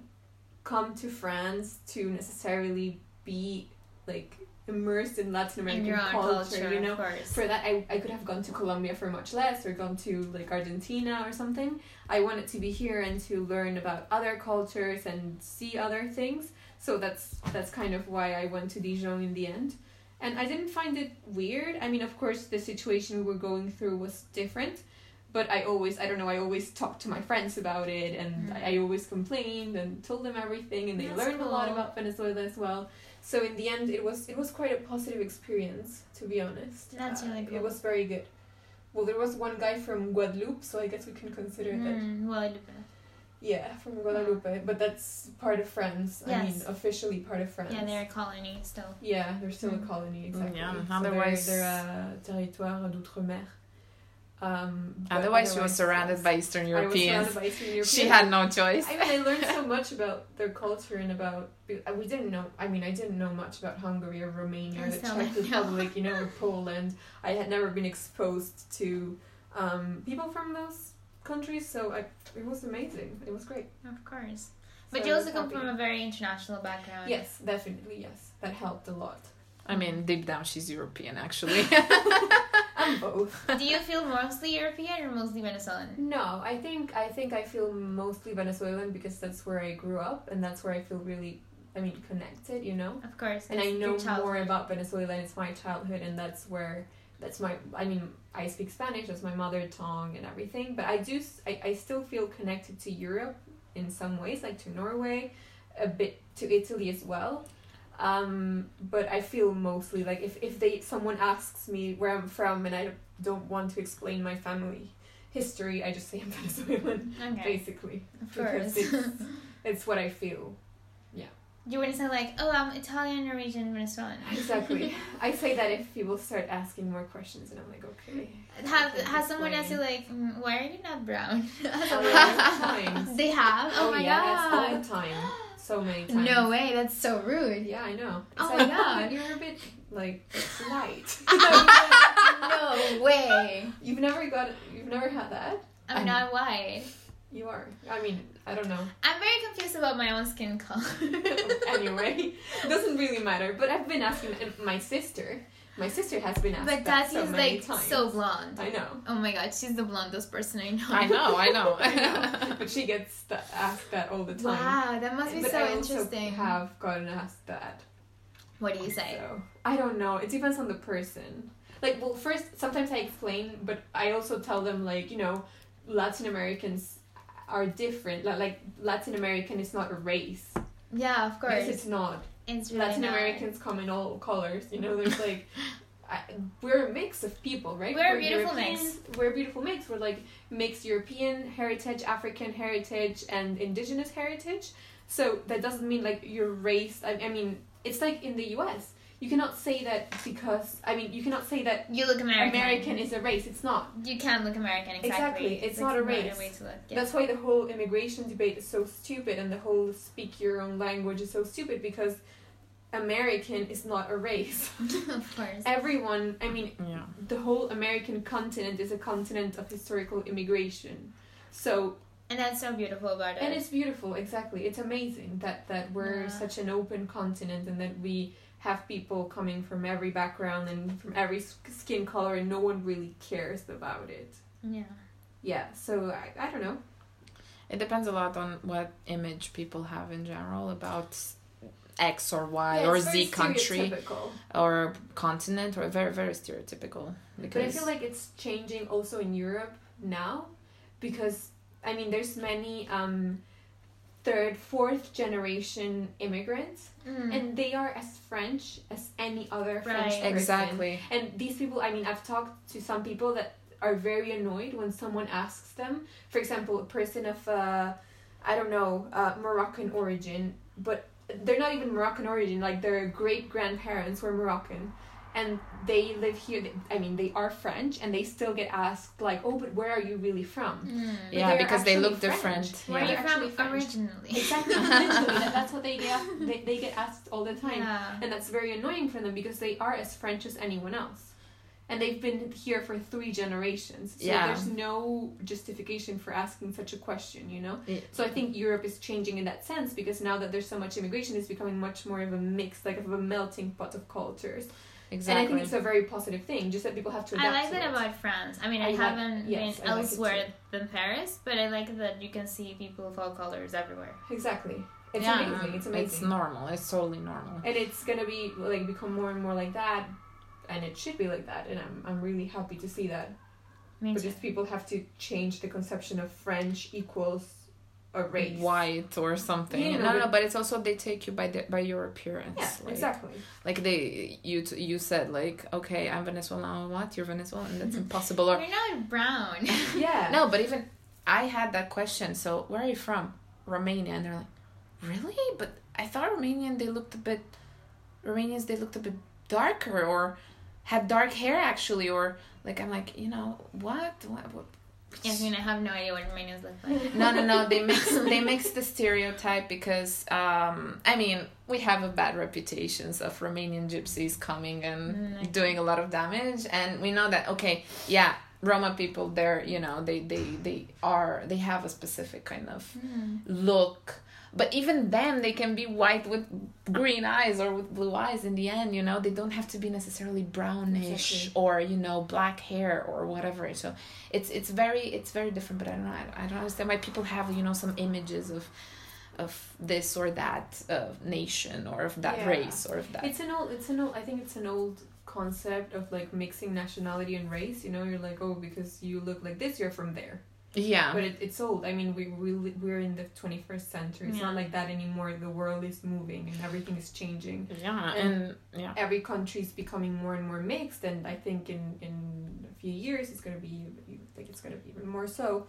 come to France to necessarily be like immersed in Latin American
in your own
culture,
culture,
you know.
of course.
For that, I, I could have gone to Colombia for much less, or gone to like Argentina or something. I wanted to be here and to learn about other cultures and see other things. So that's that's kind of why I went to Dijon in the end. And I didn't find it weird. I mean, of course, the situation we were going through was different, but I always I don't know I always talked to my friends about it, and
Mm.
I, I always complained and told them everything, and they
That's
learned a lot
cool.
about Venezuela as well. So in the end, it was it was quite a positive experience, to be honest. Uh,
That's really cool.
It was very good. Well, there was one guy from Guadeloupe, so I guess we can consider that.
Mm, well,
Yeah, from Guadeloupe, but that's part of France. I mean,
Yes.
officially part of France.
yeah, they're a colony still.
Yeah, they're still
Mm.
a colony, exactly.
yeah,
So
otherwise-
they're, they're a territoire d'outre-mer. Um, but
Otherwise she was surrounded by Eastern
I was
Europeans.
surrounded by Eastern Europeans.
She had no choice.
I mean, I learned so much about their culture and about be- we didn't know. I mean, I didn't know much about Hungary or Romania or the
That's not
Czech
right now.
Republic, you know, or Poland. I had never been exposed to um, people from those countries. So I, it was amazing. It was great.
Of course. But
So
you
I
also
was
come
happy.
from a very international background.
Yes, definitely. Yes, that helped a lot.
I mean, deep down, she's European, actually.
I'm both.
Do you feel mostly European or mostly Venezuelan?
No, I think I think I feel mostly Venezuelan because that's where I grew up and that's where I feel really I mean connected, you know.
Of course.
And I
it's your
know
childhood.
more about Venezuela and it's my childhood and that's where that's my I mean I speak Spanish that's my mother tongue and everything, but I do s- I, I still feel connected to Europe in some ways like to Norway, a bit to Italy as well. Um, but I feel mostly like if, if they someone asks me where I'm from and I don't want to explain my family history, I just say I'm Venezuelan
Okay.
basically
Of
because
course.
it's, it's what i feel
you wouldn't say like, oh, I'm Italian, Norwegian, Venezuelan.
exactly i say that if people start asking more questions and i'm like okay
Have
Okay,
has someone
explain.
asked you like, mm, why are you not brown?
all the time
they have. Oh,
oh,
my
yeah all
god.
the time so many times
No way. That's so rude.
yeah i know It's
Oh my
like,
God.
you're a bit like light
no way.
you've never got you've never had that
I'm,
I'm-
not white.
you are i mean i don't know
I'm very confused about my own skin color.
anyway it doesn't really matter but i've been asking and my sister my sister has been asked
But
that
Tati
so
is
many
like
times.
so blonde.
i know
Oh my god, she's the blondest person I know.
I know, I know.
I know. But she gets th- asked that all the time.
Wow, that must be
but
so
I also
interesting.
have gotten asked that.
What do you say?
So I don't know. It depends on the person. Like, well, first sometimes I explain, but I also tell them like you know, Latin Americans are different. Li- Like Latin American is not a race.
Yeah, of course.
Yes, it's not.
It's really
Latin
not.
Americans come in all colors. You know, there's like. I, we're a mix of people, right?
We're a beautiful mix.
Europeans- We're a beautiful mix. We're like mixed European heritage, African heritage, and indigenous heritage. So that doesn't mean like your race. I, I mean, it's like in the U.S. You cannot say that because I mean, you cannot say that
You look American.
American, is a race. It's not.
You can look American, exactly.
Exactly, it's not a race.
way to look. Yeah.
That's why the whole immigration debate is so stupid, and the whole speak your own language is so stupid because American is not a race.
of course.
Everyone, I mean,
yeah.
the whole American continent is a continent of historical immigration. So
And that's so beautiful about it.
and it's beautiful, exactly. It's amazing that that we're
Yeah.
such an open continent and that we have people coming from every background and from every s- skin color and no one really cares about it.
yeah.
Yeah, so I, I don't know.
It depends a lot on what image people have in general about X or Y
Yeah,
or
it's very
Uh, Z country
stereotypical.
or continent or very very stereotypical.
But I
Because
feel like it's changing also in Europe now because I mean there's many um third fourth generation immigrants
Mm.
and they are as French as any other French
Right.
person.
exactly.
And these people, I mean, I've talked to some people that are very annoyed when someone asks them, for example, a person of, uh, I don't know, uh, Moroccan origin, but they're not even Moroccan origin. Like their great grandparents were Moroccan, and they live here. They- I mean, they are French, and they still get asked like, "Oh, but where are you really from?"
Mm.
But
Yeah,
they're
because they
actually
look different.
Where
Yeah.
are
They're
you
actually
from
French.
originally?
Exactly, literally, that- that's what they get. They, they get asked all the time
Yeah.
and that's very annoying for them because they are as French as anyone else, and they've been here for three generations. So
Yeah.
there's no justification for asking such a question, you know.
Yeah.
So I think Europe is changing in that sense because now that there's so much immigration, it's becoming much more of a mix, like of a melting pot of cultures. And I
Exactly.
think it's a very positive thing, just that people have to.
I
Adapt
like
to
that
it.
about France. I mean, I,
I like-
haven't
yes,
been
I like it
elsewhere than Paris, but I like that you can see people of all colors everywhere.
Exactly, it's
yeah,
amazing. It's amazing.
It's normal. It's totally normal.
and it's gonna be like become more and more like that, and it should be like that. And I'm I'm really happy to see that.
Me
But
too.
if people have to change the conception of French equals a race.
White or something.
Yeah,
no,
but-
no, but it's also they take you by the by your appearance.
Yeah,
like,
exactly.
Like they you t- you said like okay I'm Venezuelan what you're Venezuelan
Mm-hmm.
that's impossible or
You're not brown.
Yeah.
No, but even I had that question. So where are you from? Romania, and they're like, really? But I thought Romanian they looked a bit Romanians they looked a bit darker or had dark hair actually or like I'm like you know what what. what?
Yasmin, I have no idea what Romanians look like.
No, no, no. They mix they mix the stereotype because um, I mean we have a bad reputations of Romanian gypsies coming and
Mm, I-
doing a lot of damage, and we know that okay, yeah, Roma people, they're you know they they they are they have a specific kind of
hmm.
look. But even then, they can be white with green eyes or with blue eyes. In the end, you know, they don't have to be necessarily brownish
Exactly.
or you know black hair or whatever. So it's it's very it's very different. But I don't know, I, I don't understand why people have you know some images of of this or that uh, nation or of that
Yeah.
race or of that.
It's an old. It's an old. I think it's an old concept of like mixing nationality and race. You know, you're like, oh, because you look like this, you're from there.
yeah.
But it, it's old. I mean, we we li- we're in the twenty first century. It's
Yeah.
not like that anymore. The world is moving and everything is changing.
yeah, and
and-
yeah.
Every country is becoming more and more mixed, and I think in in a few years it's gonna be like it's gonna be even more so.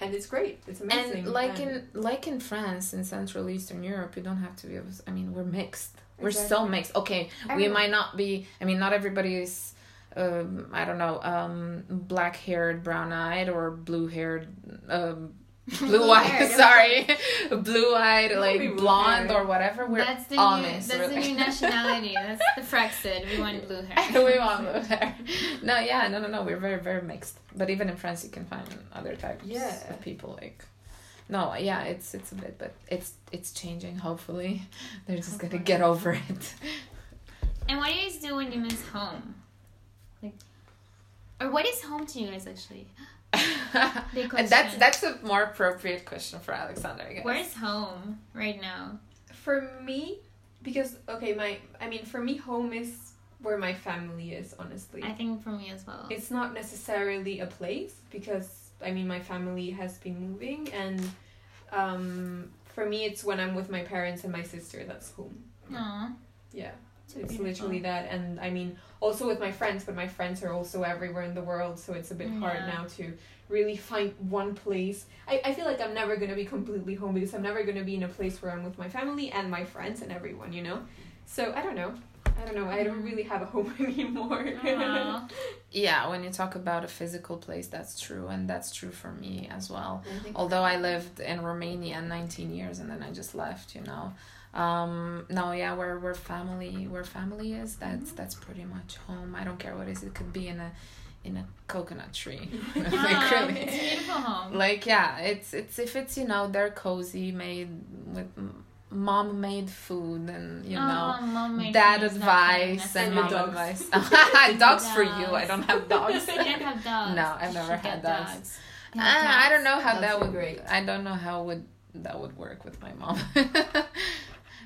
And it's great. It's amazing.
and like
And-
in like in France in Central Eastern Europe, you don't have to be. of- I mean, we're mixed. We're so
Exactly.
mixed. Okay, we
Everyone.
might not be. I mean, not everybody is. Um, I don't know. Um, black haired, brown eyed, or blue haired. Um, blue eyed.
Blue-haired.
Sorry, blue eyed,
be
like
blue-haired.
blonde or whatever. We're
that's the
all
new,
mixed,
that's the
really.
new nationality. That's the Frexit. We want blue hair.
we want blue hair. No, yeah, no, no, no. We're very, very mixed. But even in France, you can find other types
Yeah.
of people. Like, no, yeah, it's it's a bit, but it's it's changing. Hopefully, they're just gonna
Hopefully.
get over it.
And what do you guys do when you miss home? Like, or what is home to you guys actually? Big
and that's
question.
that's a more appropriate question for Alexander. I guess.
Where's home right now?
for me because okay my i mean for me home is where my family is honestly
I think for me as well.
it's not necessarily a place because i mean my family has been moving and um for me it's when i'm with my parents and my sister that's home
Aw,
yeah
so
it's
beautiful.
literally that and i mean also with my friends but my friends are also everywhere in the world so it's a bit hard
Yeah.
now to really find one place I, I feel like i'm never going to be completely home because i'm never going to be in a place where i'm with my family and my friends and everyone you know so i don't know i don't know i don't really have a home anymore
Aw.
yeah, when you talk about a physical place, that's true, and that's true for me as well.
I think-
although I lived in Romania 19 years and then I just left, you know. Um, no, yeah, where where family where family is, that's that's pretty much home. I don't care what it is. It could be in a in a coconut tree. like
Aw,
really.
It's a beautiful home.
Like yeah, it's it's if it's you know they're cozy made with mom made food and you know
Aw, mom Oh, made
dad
me nothing
advice
And
necessary.
and
your
mom
dogs.
advice. dogs for you. I don't have dogs.
You don't have dogs.
No, I've
You
never
should
had
get
dogs.
You
Uh,
have
I
dogs?
don't know how
Dogs
that
are
would.
great.
I don't know how would that would work with my mom.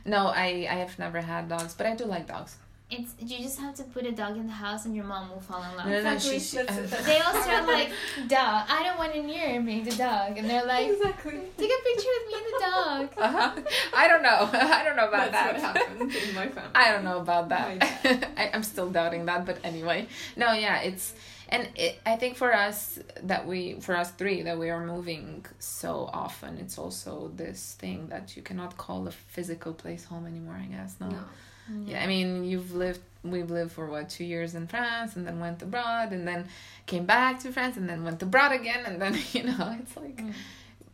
no, I I have never had dogs, but I do like dogs.
It's you just have to put a dog in the house and your mom will fall in love.
No, no, no,
Exactly.
she- she-
That's-
uh,
that's-
They also are like, dog. I don't want to near me, the dog. And they're like,
exactly
take a picture with me and the dog.
uh-huh. I don't know. I don't know about
that's
that.
what happened in my family
I don't know about
My
that. I, I'm still doubting that, but anyway, no, yeah, it's and it, I think for us that we for us three that we are moving so often, it's also this thing that you cannot call a physical place home anymore. I guess
no
Mm,
Yeah, I mean, you've lived, we've lived for what, two years in France and then went abroad and then came back to France and then went abroad again and then, you know, it's like
Mm.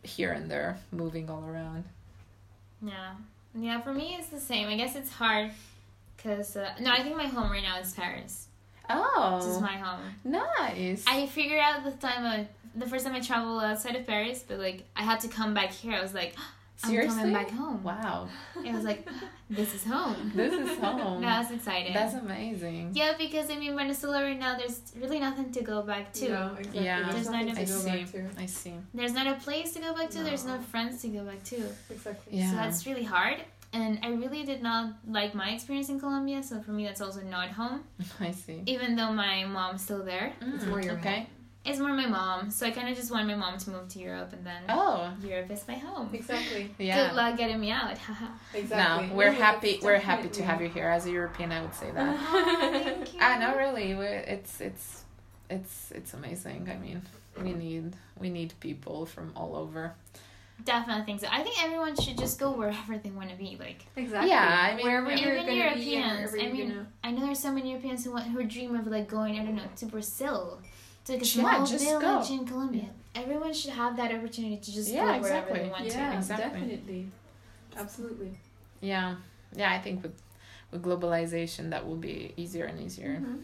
here and there, moving all around.
Yeah. Yeah, for me it's the same. I guess it's hard because, uh, no, I think my home right now is Paris. This is
Oh,
my home.
nice.
I figured out the time I, the first time I traveled outside of Paris, but like I had to come back here. I was like, I'm
Seriously?
coming back home.
Wow,
It was like, this is home.
this is home.
Yeah, I was excited.
That's amazing.
yeah, because I mean, Venezuela right now, there's really nothing to go back to.
no, exactly.
Yeah.
There's
There's
nothing
not
to
I
go
see.
back to.
I see.
There's not a place to go back to. There's no
No.
friends to go back to.
Exactly.
Yeah.
So that's really hard. And I really did not like my experience in Colombia. So for me, that's also not home.
I see. Mm,
Even though my mom's still there,
It's more your
okay.
it's more my mom. So I kind of just want my mom to move to Europe, and then
Oh,
Europe is my home.
Exactly.
yeah.
Good luck getting me out.
Exactly.
No, we're
No,
happy.
that's
We're happy to
definitely-
have you here. As a European, I would say that.
Thank you.
I know, Ah, really. We're, it's it's it's it's amazing. I mean, we need we need people from all over.
Definitely think so. I think everyone should just go wherever they want to be. Like
Exactly.
Yeah, I mean,
wherever
Even
you're gonna be, and
Europeans,
wherever
I
you're
mean,
gonna...
I know there's so many Europeans who want who dream of like going. I don't know to Brazil, to like a
Yeah,
small
just
village
go.
in Colombia. Everyone should have that opportunity to just
Yeah,
go wherever
exactly.
they want to.
yeah,
exactly.
definitely, absolutely.
Yeah, yeah. I think with with globalization, that will be easier and easier.
Mhm.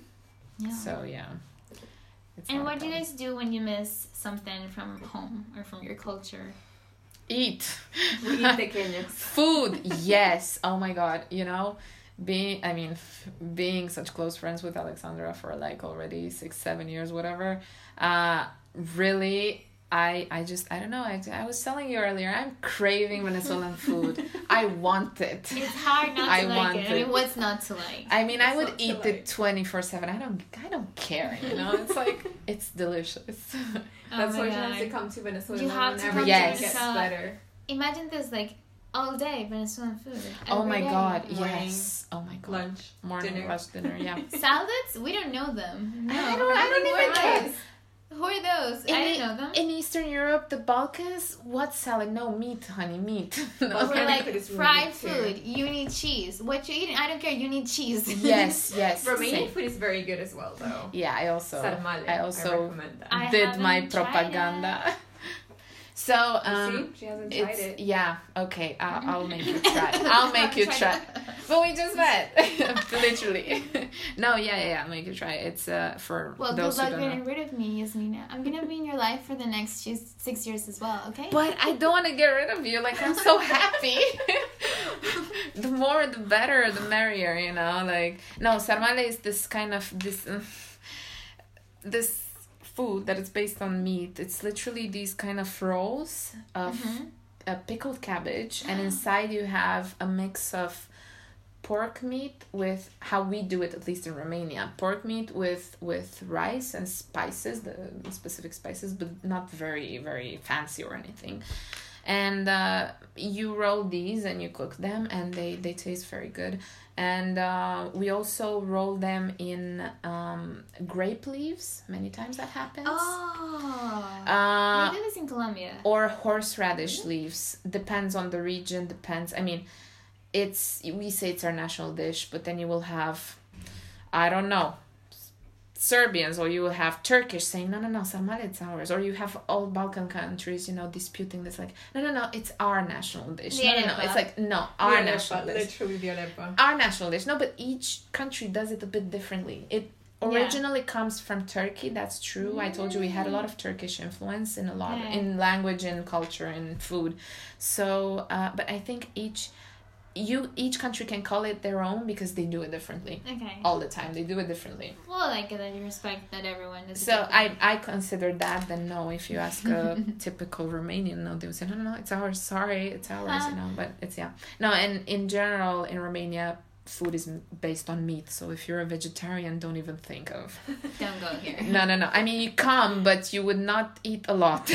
Yeah.
So yeah, It's
Mm-hmm. And
not
what do you
fun.
guys do when you miss something from home or from your culture?
eat?
We eat the Kenyans.
Food, yes. Oh my god, you know, being I mean, f- being such close friends with Alexandra for like already six, seven years, whatever. Uh, really, I I just I don't know. I I was telling you earlier, I'm craving Venezuelan food. I want it.
It's hard not to
I
like
want
it. I
it.
mean, what's not to like?
I mean, I
It's
would
not so
eat
light.
it twenty four seven. I don't I don't care. You know, it's like it's delicious.
That's
oh my
why you have to
God.
come to Venezuela.
You have to
whenever
come
to
it gets
Venezuela.
better.
Imagine this like all day Venezuelan food. like,
oh
every
my
day.
god,
Morning,
yes. Oh my god,
Lunch,
morning
dinner.
lunch dinner. Yeah.
Salads? We don't know them. No.
I don't- I
I'm
don't
like,
even
who are
care.
those? Who are those? I
In
don't know them.
In Eastern Europe, the Balkans, what salad? No meat, honey, meat. no.
Balkan
We're
food
like
is really
fried
good too.
food. You need cheese. What you eating? I don't care. You need cheese.
yes, yes.
Romanian
same.
food is very good as well, though.
Yeah, I also
Sarmale,
I also
recommend that.
I
did my
haven't tried
propaganda. so um,
See, she hasn't tried
it's
it.
yeah okay. I, I'll make you try. I'll make you try. But we just met, literally. no, yeah, yeah, yeah. Make you try. It's uh for
Well, good
those who
luck
don't know.
getting rid of me, Yasmina. I'm gonna be in your life for the next six- six years as well. Okay.
But I don't want to get rid of you. Like I'm so happy. the more, the better, the merrier. You know, like no, sarmale is this kind of this mm, this food that is based on meat. It's literally these kind of rolls of
Mhm.
a pickled cabbage, and inside you have a mix of pork meat with how we do it at least in Romania pork meat with with rice and spices the specific spices but not very very fancy or anything and uh, you roll these and you cook them and they they taste very good and uh, we also roll them in um, grape leaves many times that happens
Oh.
uh,
we do this in Colombia.
or horseradish leaves depends on the region depends i mean it's we say it's our national dish but then you will have i don't know serbians or you will have turkish saying no no no sarmale it's ours or you have all balkan countries you know disputing this like no no no it's our national dish no no no
Vjerepa.
it's like no our
Violepa,
national dish
Literally Violepa.
our national dish no but each country does it a bit differently it originally comes from turkey that's true i told you we had a lot of turkish influence in a lot
Yeah.
in language in culture in food so uh, but i think each you each country can call it their own because they do it differently
Okay.
all the time they do it differently
Well, like that you respect that everyone is.
so i i consider that the no if you ask a typical romanian no they would say no no no it's ours sorry it's ours you know but it's yeah no and in general in romania food is m- based on meat so if you're a vegetarian don't even think of
don't go here.
no no no i mean you come but you would not eat a lot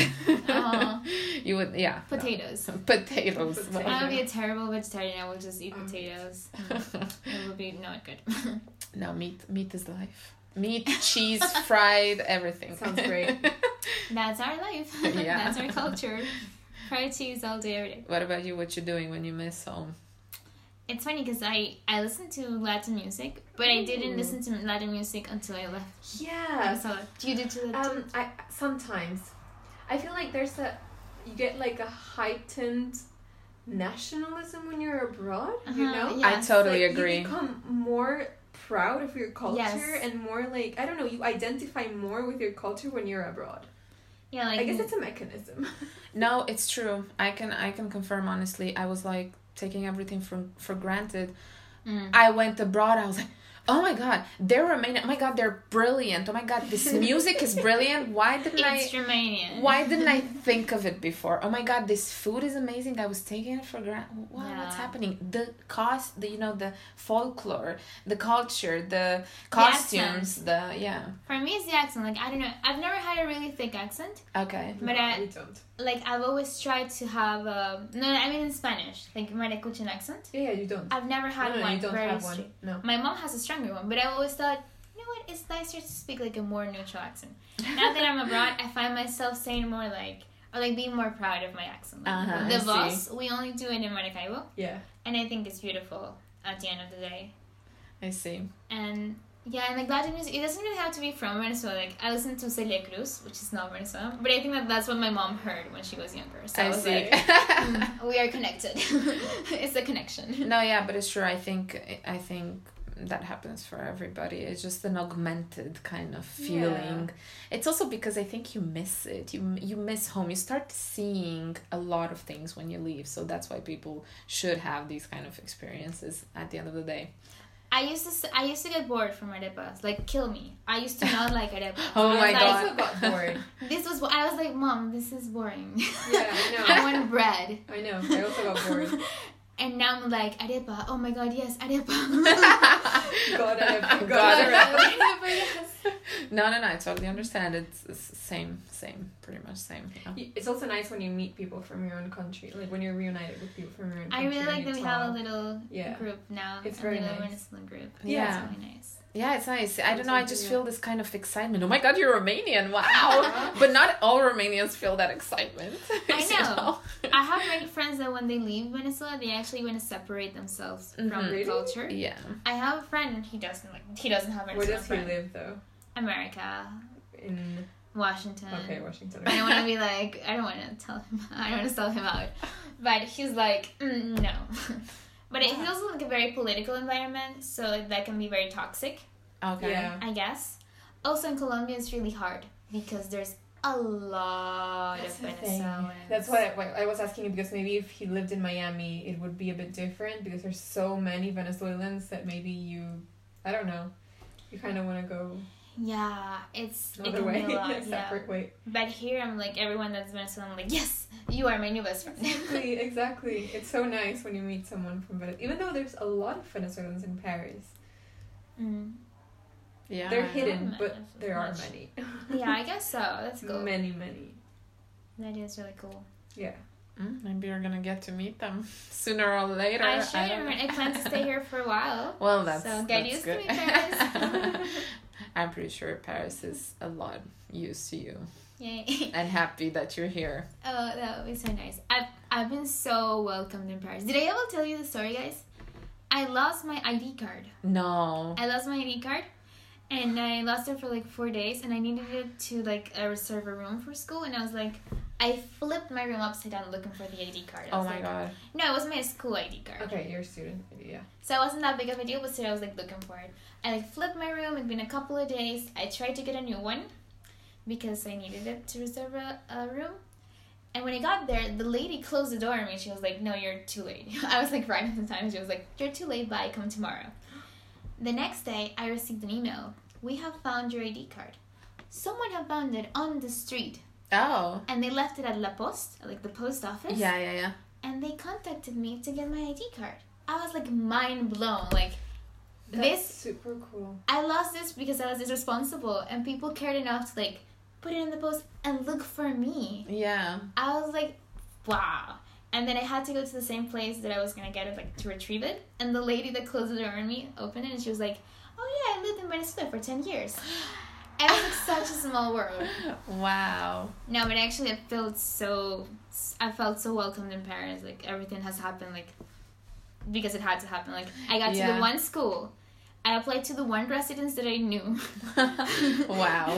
Uh,
you would yeah no.
potatoes.
potatoes
Potato.
I
well,
would be a terrible vegetarian. I will just
Mm.
eat
Um,
potatoes. it would be not good.
no meat meat is life meat cheese fried everything
Sounds great.
That's our life.
Yeah.
That's our culture. Fried cheese all day, every day.
what about you what you doing when you miss home
It's funny because I I listen to Latin music, but I didn't listen to Latin music until I left.
Yeah.
So you did too.
Oh. Um, I sometimes I feel like there's a you get like a heightened nationalism when you're abroad. You
Uh-huh,
know,
yeah.
i totally
Like,
agree
You become more proud of your culture
Yes.
and more like I don't know. You identify more with your culture when you're abroad.
yeah, like
I guess it's a mechanism.
No, it's true. I can I can confirm honestly. I was like taking everything for for granted.
Mm.
I went abroad. I was like, oh my god, they're Romanian. Oh my god, they're brilliant. Oh my god, this music is brilliant. Why didn't I?
it's Romanian.
Why didn't I think of it before? Oh my god, this food is amazing. I was taking it for granted. Wow, what's
Yeah.
happening? The cost, the you know, the folklore, the culture, the costumes, the yeah.
For me, it's the accent. Like I don't know. I've never had a really thick accent.
Okay.
But
No,
I-
we don't.
Like I've always tried to have. Um, no, I mean in Spanish, like my Maracuchan accent.
Yeah, yeah, you don't.
I've never had
no, no,
one.
you don't
very
have
straight.
one. No.
My mom has a stronger one, but I always thought, you know what, it's nicer to speak like a more neutral accent. Now that I'm abroad, I find myself saying more like, or like being more proud of my accent. Like,
Uh-huh, I
the
see.
boss, we only do it in Maracaibo,
Yeah.
and I think it's beautiful at the end of the day.
I see.
And yeah, and like Latin music, it doesn't really have to be from Venezuela. Like I listened to Celia Cruz, which is not Venezuelan, but I think that that's what my mom heard when she was younger. So I,
I
was
see.
like, "Hmm, "Mm, we are connected. it's a connection.
No, yeah, but it's true. I think I think that happens for everybody. It's just an augmented kind of feeling. It's also because I think you miss it. You you miss home. You start seeing a lot of things when you leave. So that's why people should have these kind of experiences at the end of the day.
I used to s- I used to get bored from arepas, like kill me. I used to not like arepas.
Oh
I was
my
like,
God.
I also got bored.
This was I was like, mom, this is boring.
Yeah, I
I want bread.
know. I know. I also got bored.
And now I'm like arepa. Oh my god, yes, arepa.
God,
God, I
God.
God.
No, no, no. I totally understand. It's, it's same, same, pretty much same. Yeah.
It's also nice when you meet people from your own country, like when you're reunited with people from your own
I
country.
really like
and
that we
you
have a
talk.
little
Yeah.
group now.
It's
a
very
little
nice.
Venezuelan group.
Yeah.
It's really nice.
Yeah, it's nice. I don't know. I just
Yeah.
feel this kind of excitement. Oh my god, you're Romanian! Wow. but not all Romanians feel that excitement.
I
you
know. I have many friends that when they leave Venezuela, they actually want to separate themselves from
Mhm.
the
Mm-hmm. Really?
culture.
Yeah.
I have a friend, and he doesn't like. He doesn't have
Where
Venezuelan
does he
friends.
live though?
America,
In
Washington.
okay, Washington.
I don't want to be like, I don't want to tell him, I don't want to sell him out. But he's like, mm, no. But it it's also like a very political environment, so that can be very toxic,
Okay.
Yeah.
I guess. Also in Colombia, it's really hard because there's a lot
That's
of
the thing.
Venezuelans.
That's why I, why I was asking you because maybe if he lived in Miami, it would be a bit different because there's so many Venezuelans that maybe you, I don't know, you kind of want to go
Yeah, it's it
another
can
way,
be a lot.
a
yeah.
separate way.
But here, I'm like everyone that's Venezuelan. I'm like, yes, you are my new best friend.
Exactly, exactly. It's so nice when you meet someone from Venezuela, even though there's a lot of Venezuelans in Paris.
mm.
Yeah.
They're
hidden.
hidden, but
Not
there are
much.
many.
Yeah, I guess so. That's cool.
many, many.
That is really cool.
Yeah.
Mm, maybe you're gonna get to meet them sooner or later.
I should. I,
don't know.
plan to stay here for a while.
Well, that's
So get
that's
used to
good.
it, Paris.
I'm pretty sure Paris is a lot used to you
Yay!
and happy that you're here.
Oh, that would be so nice. I've I've been so welcomed in Paris. Did I ever tell you the story, guys? I lost my ID card.
No.
I lost my ID card, and I lost it for like four days, and I needed it to like uh, reserve a room for school, and I was like, I flipped my room upside down looking for the ID card. I
Oh
was
my
like-
god.
No, it was my school ID card.
Okay, you're a student. Yeah.
So it wasn't that big of a deal, but still I was like looking for it. I like flipped my room. It's been a couple of days. I tried to get a new one because I needed it to reserve a, a room. And when I got there, the lady closed the door on me. She was like, "No, you're too late." I was like right at the time. She was like, "You're too late. Bye. Come tomorrow." The next day, I received an email. We have found your ID card. Someone have found it on the street,
Oh.
and they left it at La Poste, like the post office
Yeah, yeah, yeah.
and they contacted me to get my ID card. I was like mind blown. Like
That's
this,
super cool.
I lost this because I was irresponsible, and people cared enough to like put it in the post and look for me.
Yeah.
I was like, wow. And then I had to go to the same place that I was gonna get it, like to retrieve it. And the lady that closed the door on me opened it, and she was like, "Oh yeah, I lived in Venezuela for ten years." And it's like such a small world.
Wow.
No, but actually, I felt so I felt so welcomed in Paris. Like everything has happened, like because it had to happen. Like I got to
Yeah.
the one school, I applied to the one residence that I knew.
Wow.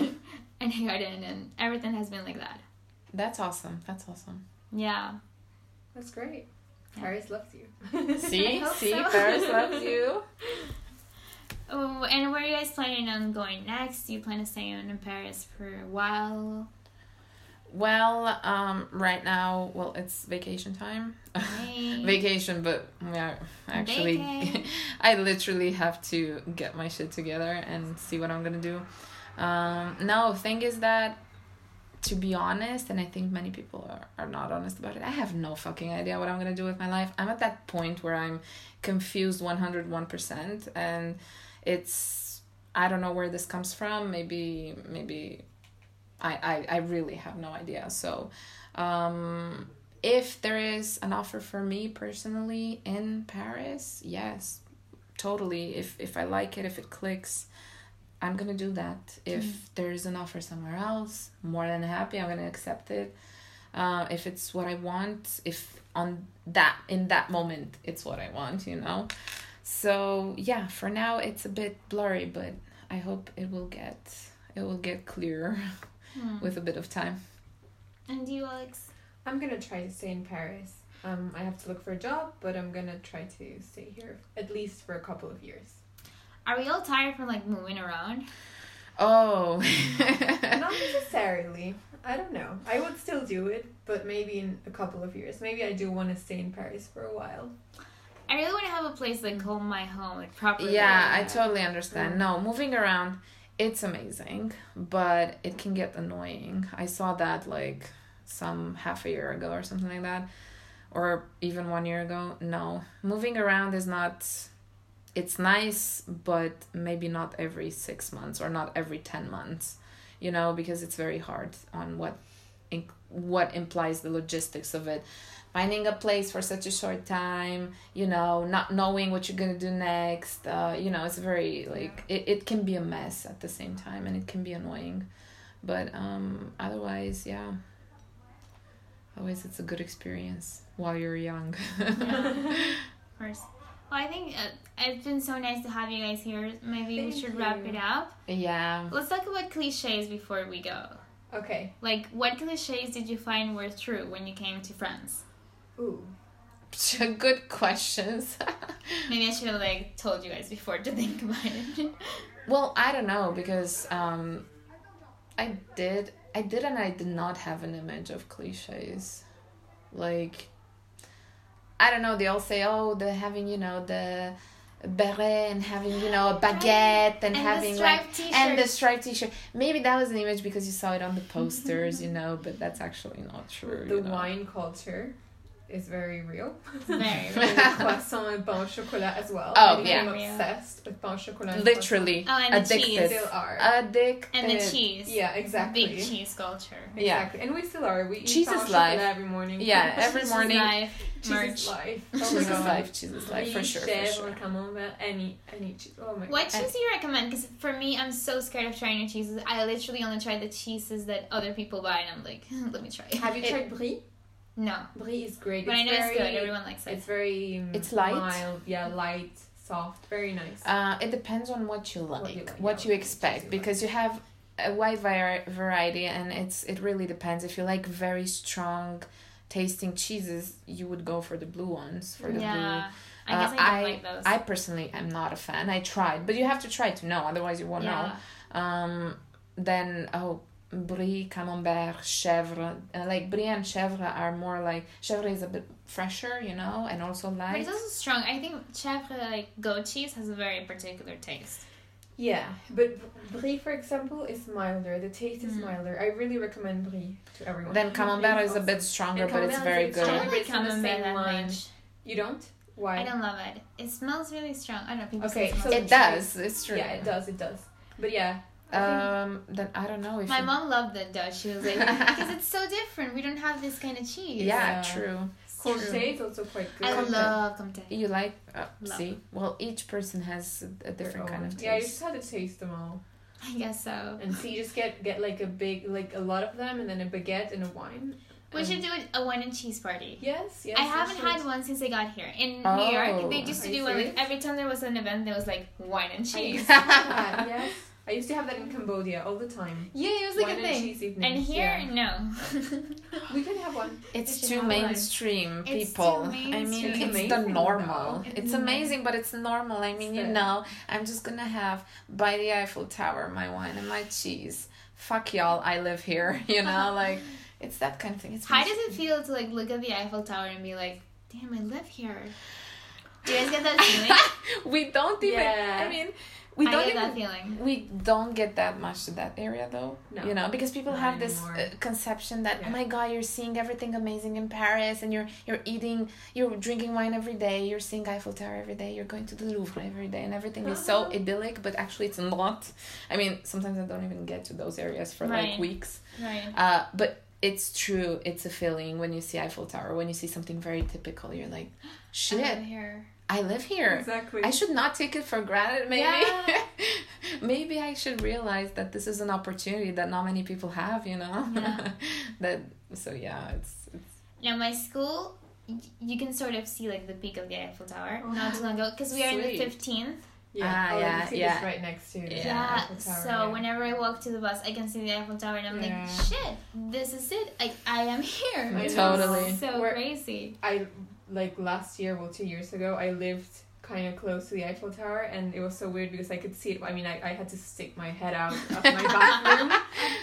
And I got in, and everything has been like that.
That's awesome. That's awesome.
Yeah.
That's great.
Yeah.
Paris loves you.
See,
I hope
see,
so.
Paris loves you.
Oh, and where are you guys planning on going next? Do you plan to stay on in Paris for a while?
Well, um, right now, well, it's vacation time.
Yay.
vacation, but we are actually,
Vacay.
I literally have to get my shit together and see what I'm gonna do. Um, no, thing is that, to be honest, and I think many people are, are not honest about it, I have no fucking idea what I'm gonna do with my life. I'm at that point where I'm confused 101%, and it's, I don't know where this comes from. Maybe, maybe. I, I, I really have no idea. So, um, if there is an offer for me personally in Paris, yes, totally. If if I like it, if it clicks, I'm gonna do that. If there's an offer somewhere else, more than happy, I'm gonna accept it. Uh, if it's what I want, if on that in that moment it's what I want, you know. So yeah, for now it's a bit blurry, but I hope it will get it will get clearer
Hmm.
with a bit of time.
And you, Alex?
I'm gonna try to stay in Paris. Um, I have to look for a job, but I'm gonna try to stay here at least for a couple of years.
Are we all tired from like moving around?
Oh.
Not necessarily. I don't know. I would still do it, but maybe in a couple of years. Maybe I do want to stay in Paris for a while.
I really want to have a place like home, my home, like properly.
Mm. yeah, I totally understand. No, moving around, it's amazing, but it can get annoying. I saw that like some half a year ago or something like that, or even one year ago. No, moving around is not. It's nice, but maybe not every six months or not every ten months, you know, because it's very hard on what, in, what implies the logistics of it finding a place for such a short time you know not knowing what you're gonna do next uh, you know it's very like it, it can be a mess at the same time and it can be annoying but um otherwise yeah always it's a good experience while you're young
Of course. Well, I think uh, it's been so nice to have you guys here. Maybe we
Thank
should wrap
you.
it up.
yeah
Let's talk about cliches before we go.
Okay.
Like, what cliches did you find were true when you came to France?
Ooh.
good questions
Maybe I should have like told you guys before to think about it.
Well, I don't know because um, I did, I did, and I did not have an image of cliches. Like, I don't know. They all say, "Oh, the having you know the beret and having you know a baguette and,
And the
having like
striped t-shirt.
and the striped T-shirt." Maybe that was an image because you saw it on the posters, you know. But that's actually not true.
The
you know.
wine culture is very real.
Very.
And the croissant and pain au chocolat as well.
Oh,
I
yeah.
became obsessed with pain au chocolat. and
literally
Oh, and the
croissant. We
addicted.
cheese.
still are.
Uh, Addicted.
Uh, And the cheese.
yeah, exactly.
Big cheese culture.
Exactly. And we still are. We eat
Cheese
pain au
is life.
chocolat every morning.
Yeah, every
Cheese is
morning.
life,
cheese
merch.
is life. Oh
Cheese
my
is
God.
life. Cheese is life for
Brie,
sure. For
chèvre,
sure.
camembert, any any cheese. Oh my
What
god.
cheese do you recommend? Because for me, I'm so scared of trying new cheeses. I literally only try the cheeses that other people buy, and I'm like, let me try it.
Have you
It-
tried brie?
No,
Brie is great.
but I know it's good.
very-
Everyone likes it.
It's very um,
It's light?
mild, yeah, light, soft, very nice.
Uh, it depends on what you like,
What
what
you
you,
like, yeah, what cheese
expect,
you
because you have a wide vari- variety, and it's it really depends. If you like very strong tasting cheeses, you would go for the blue ones. For the
yeah,
blue,
I guess
Uh,
I don't like those.
I personally am not a fan. I tried, but you have to try to know, otherwise you won't
yeah.
know. Um, then oh. Brie, Camembert, Chèvre, uh, like Brie and Chèvre are more like Chèvre is a bit fresher, you know, and also
But
light.
it's also strong. I think chèvre, like goat cheese, has a very particular taste.
Yeah, but brie, for example, is milder. The taste is
Mm-hmm.
milder. I really recommend brie to everyone.
Then Camembert
Brie
is a bit
awesome.
stronger,
And
but it's
Camembert is
very
a bit
good.
I
stronger.
don't
but
like
it's in the
camembert
same
that
line.
much.
You don't? Why?
I don't love it. It smells really strong. I don't know. People say
Okay,
it
so-
smells
It
Sometimes.
does. It's true.
Yeah, it does. It does. But yeah,
Um. Then I don't know if.
My
you-
mom loved it though. She was like, because it's so different. We don't have this kind of cheese.
Yeah,
Yeah.
True.
It's true.
comté is also quite good.
I
Comté.
love comté.
You like. Uh,
Love.
see. Well, each person has a
Their
different
own.
kind of taste.
Yeah, you just have to taste them all,
I guess so.
and so you just get get like a big like a lot of them, and then a baguette and a wine.
We
And-
should do a wine and cheese party.
Um, Yes, yes.
I
we
haven't
should.
had one since I got here. In
Oh.
New York, they used to
Are
do
you
one like
serious?
every time there was an event, there was like wine and cheese.
Ah, yes. I used to have that in Cambodia all the time.
Yeah, it was like a
Wine and
thing.
cheese evening.
And here,
Yeah.
no.
we could have one.
It's
It's
too
not like-
mainstream,
It's too
people. I mean,
mainstream.
it's,
It's
the
amazing,
normal.
though.
It's amazing, but it's normal. I mean, you
Still.
know, I'm just gonna have by the Eiffel Tower my wine and my cheese. Fuck y'all, I live here. You know, like it's that kind of thing. It's
How does it feel to like look at the Eiffel Tower and be like, damn, I live here? Do you guys get that feeling?
we don't even.
Yeah.
I mean, we
I
don't
get
even
that feeling.
we don't get that much to that area though
No.
you know because people
Not
have this uh,
anymore.
conception that
Yeah.
oh my god you're seeing everything amazing in paris and you're you're eating you're drinking wine every day you're seeing eiffel tower every day you're going to the louvre every day and everything is
Uh-huh.
so idyllic but actually it's not i mean sometimes i don't even get to those areas for
Right.
like weeks
Right.
uh, but it's true it's a feeling when you see eiffel tower when you see something very typical you're like
I live
shit
here.
i live here
Uh-huh. Exactly.
I should not take it for granted, maybe.
Yeah.
maybe I should realize that this is an opportunity that not many people have, you know?
Yeah.
that so yeah, it's, it's
Now, my school, y- you can sort of see like the peak of the Eiffel Tower not too long ago because we are in the
Sweet.
15th.
Ah,
oh,
yeah,
you see
yeah.
This right next to the
Yeah.
Yeah.
Eiffel Tower,
So
yeah.
whenever I walk to the bus, I can see the Eiffel Tower, and I'm
Yeah.
like, "Shit, this is it! I, I am here."
I
It's
know.
Totally.
so
We're-
crazy.
I like last year, well, two years ago, I lived kind of close to the Eiffel Tower, and it was so weird because I could see it. I mean, I, I had to stick my head out of my bathroom,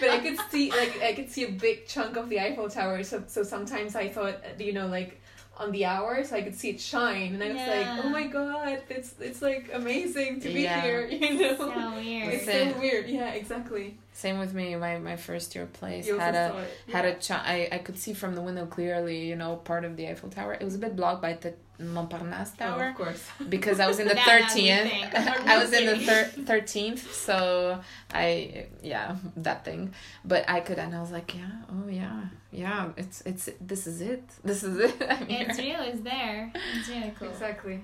but I could see like I could see a big chunk of the Eiffel Tower. So so sometimes I saw it, you know, like on the hour, so I could see it shine, and I was
Yeah.
like, oh my god, it's it's like amazing to be
Yeah.
here, you know.
So weird.
It's
Same.
so weird. Yeah, exactly.
Same with me. My my first year place
You also
had a
saw it.
had
Yeah.
a ch- I, I could see from the window clearly you know part of the eiffel tower it was a bit blocked by the montparnasse
Oh,
tower
of course.
because i was in the
That I would
13th
think.
i was in the thir- 13th so i yeah that thing but i could and i was like yeah oh yeah yeah it's it's this is it this is it I'm here.
It's real. It's there. It's really cool.
Exactly.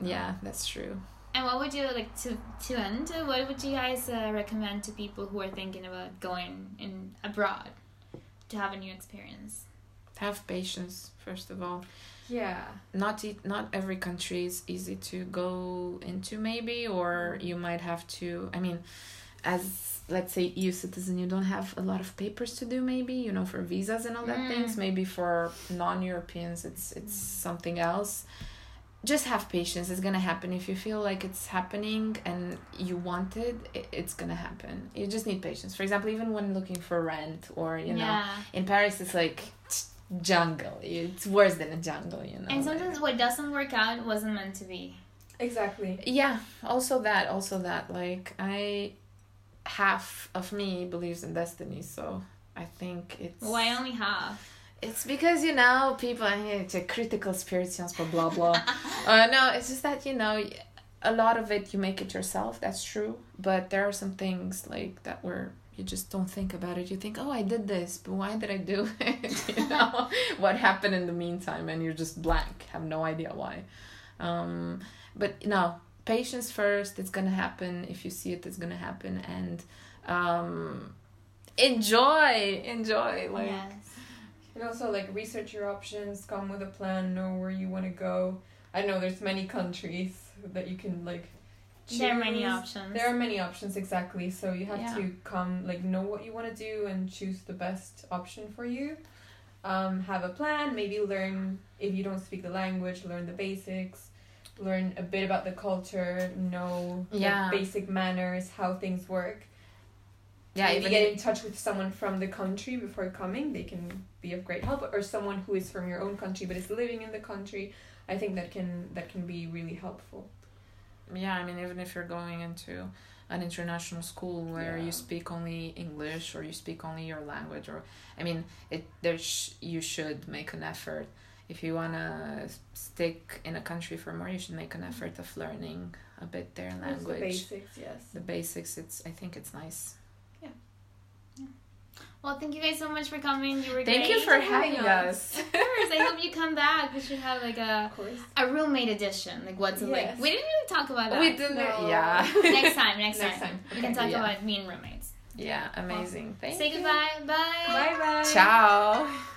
yeah that's true
And what would you like to to end? What would you guys uh, recommend to people who are thinking about going in abroad to have a new experience?
have patience first of all
Yeah.
not e- not every country is easy to go into maybe or you might have to i mean as let's say eu citizen you don't have a lot of papers to do maybe you know for visas and all that
Mm.
things maybe for non-europeans it's it's something else just have patience it's gonna happen if you feel like it's happening and you want it, it it's gonna happen you just need patience for example even when looking for rent or you know
yeah.
in paris it's like jungle it's worse than a jungle you know
and
like-
sometimes what doesn't work out wasn't meant to be.
Exactly.
yeah also that also that like i half of me believes in destiny so i think it's
Why only half?
it's because you know people I mean, it's a critical spirit sounds blah blah blah uh, no it's just that you know a lot of it you make it yourself that's true but there are some things like that where you just don't think about it you think oh i did this but why did i do it you know what happened in the meantime and you're just blank have no idea why um but no patience first it's gonna happen if you see it it's gonna happen and um enjoy enjoy like
yes.
And also, like, research your options, come with a plan, know where you want to go. I know there's many countries that you can, like, choose.
There are many options.
There are many options, exactly. So you have
Yeah.
to come, like, know what you want to do and choose the best option for you. Um, have a plan, maybe learn, if you don't speak the language, learn the basics. Learn a bit about the culture, know like,
Yeah.
basic manners, how things work.
yeah
Maybe
even
get in touch with someone from the country before coming. They can be of great help, or someone who is from your own country but is living in the country. I think that can that can be really helpful.
yeah i mean even if you're going into an international school where
Yeah.
you speak only english or you speak only your language or i mean it there's sh- you should make an effort if you want to stick in a country for more you should make an effort of learning a bit their
Just The
language
basics, yes.
the basics it's i think it's nice
Well, thank you guys so much for coming. You were
thank you
great.
for
for having
having us
us.
Of course, I hope you come back. We should have like a
Of course.
a roommate edition. Like what's it like?
Yes.
We didn't really talk about that.
we didn't
No.
yeah
Next time. Next,
Next
time.
time.
We can talk
Yeah.
about me and roommates.
yeah amazing thank
Say
you
goodbye. Bye.
Bye bye.
ciao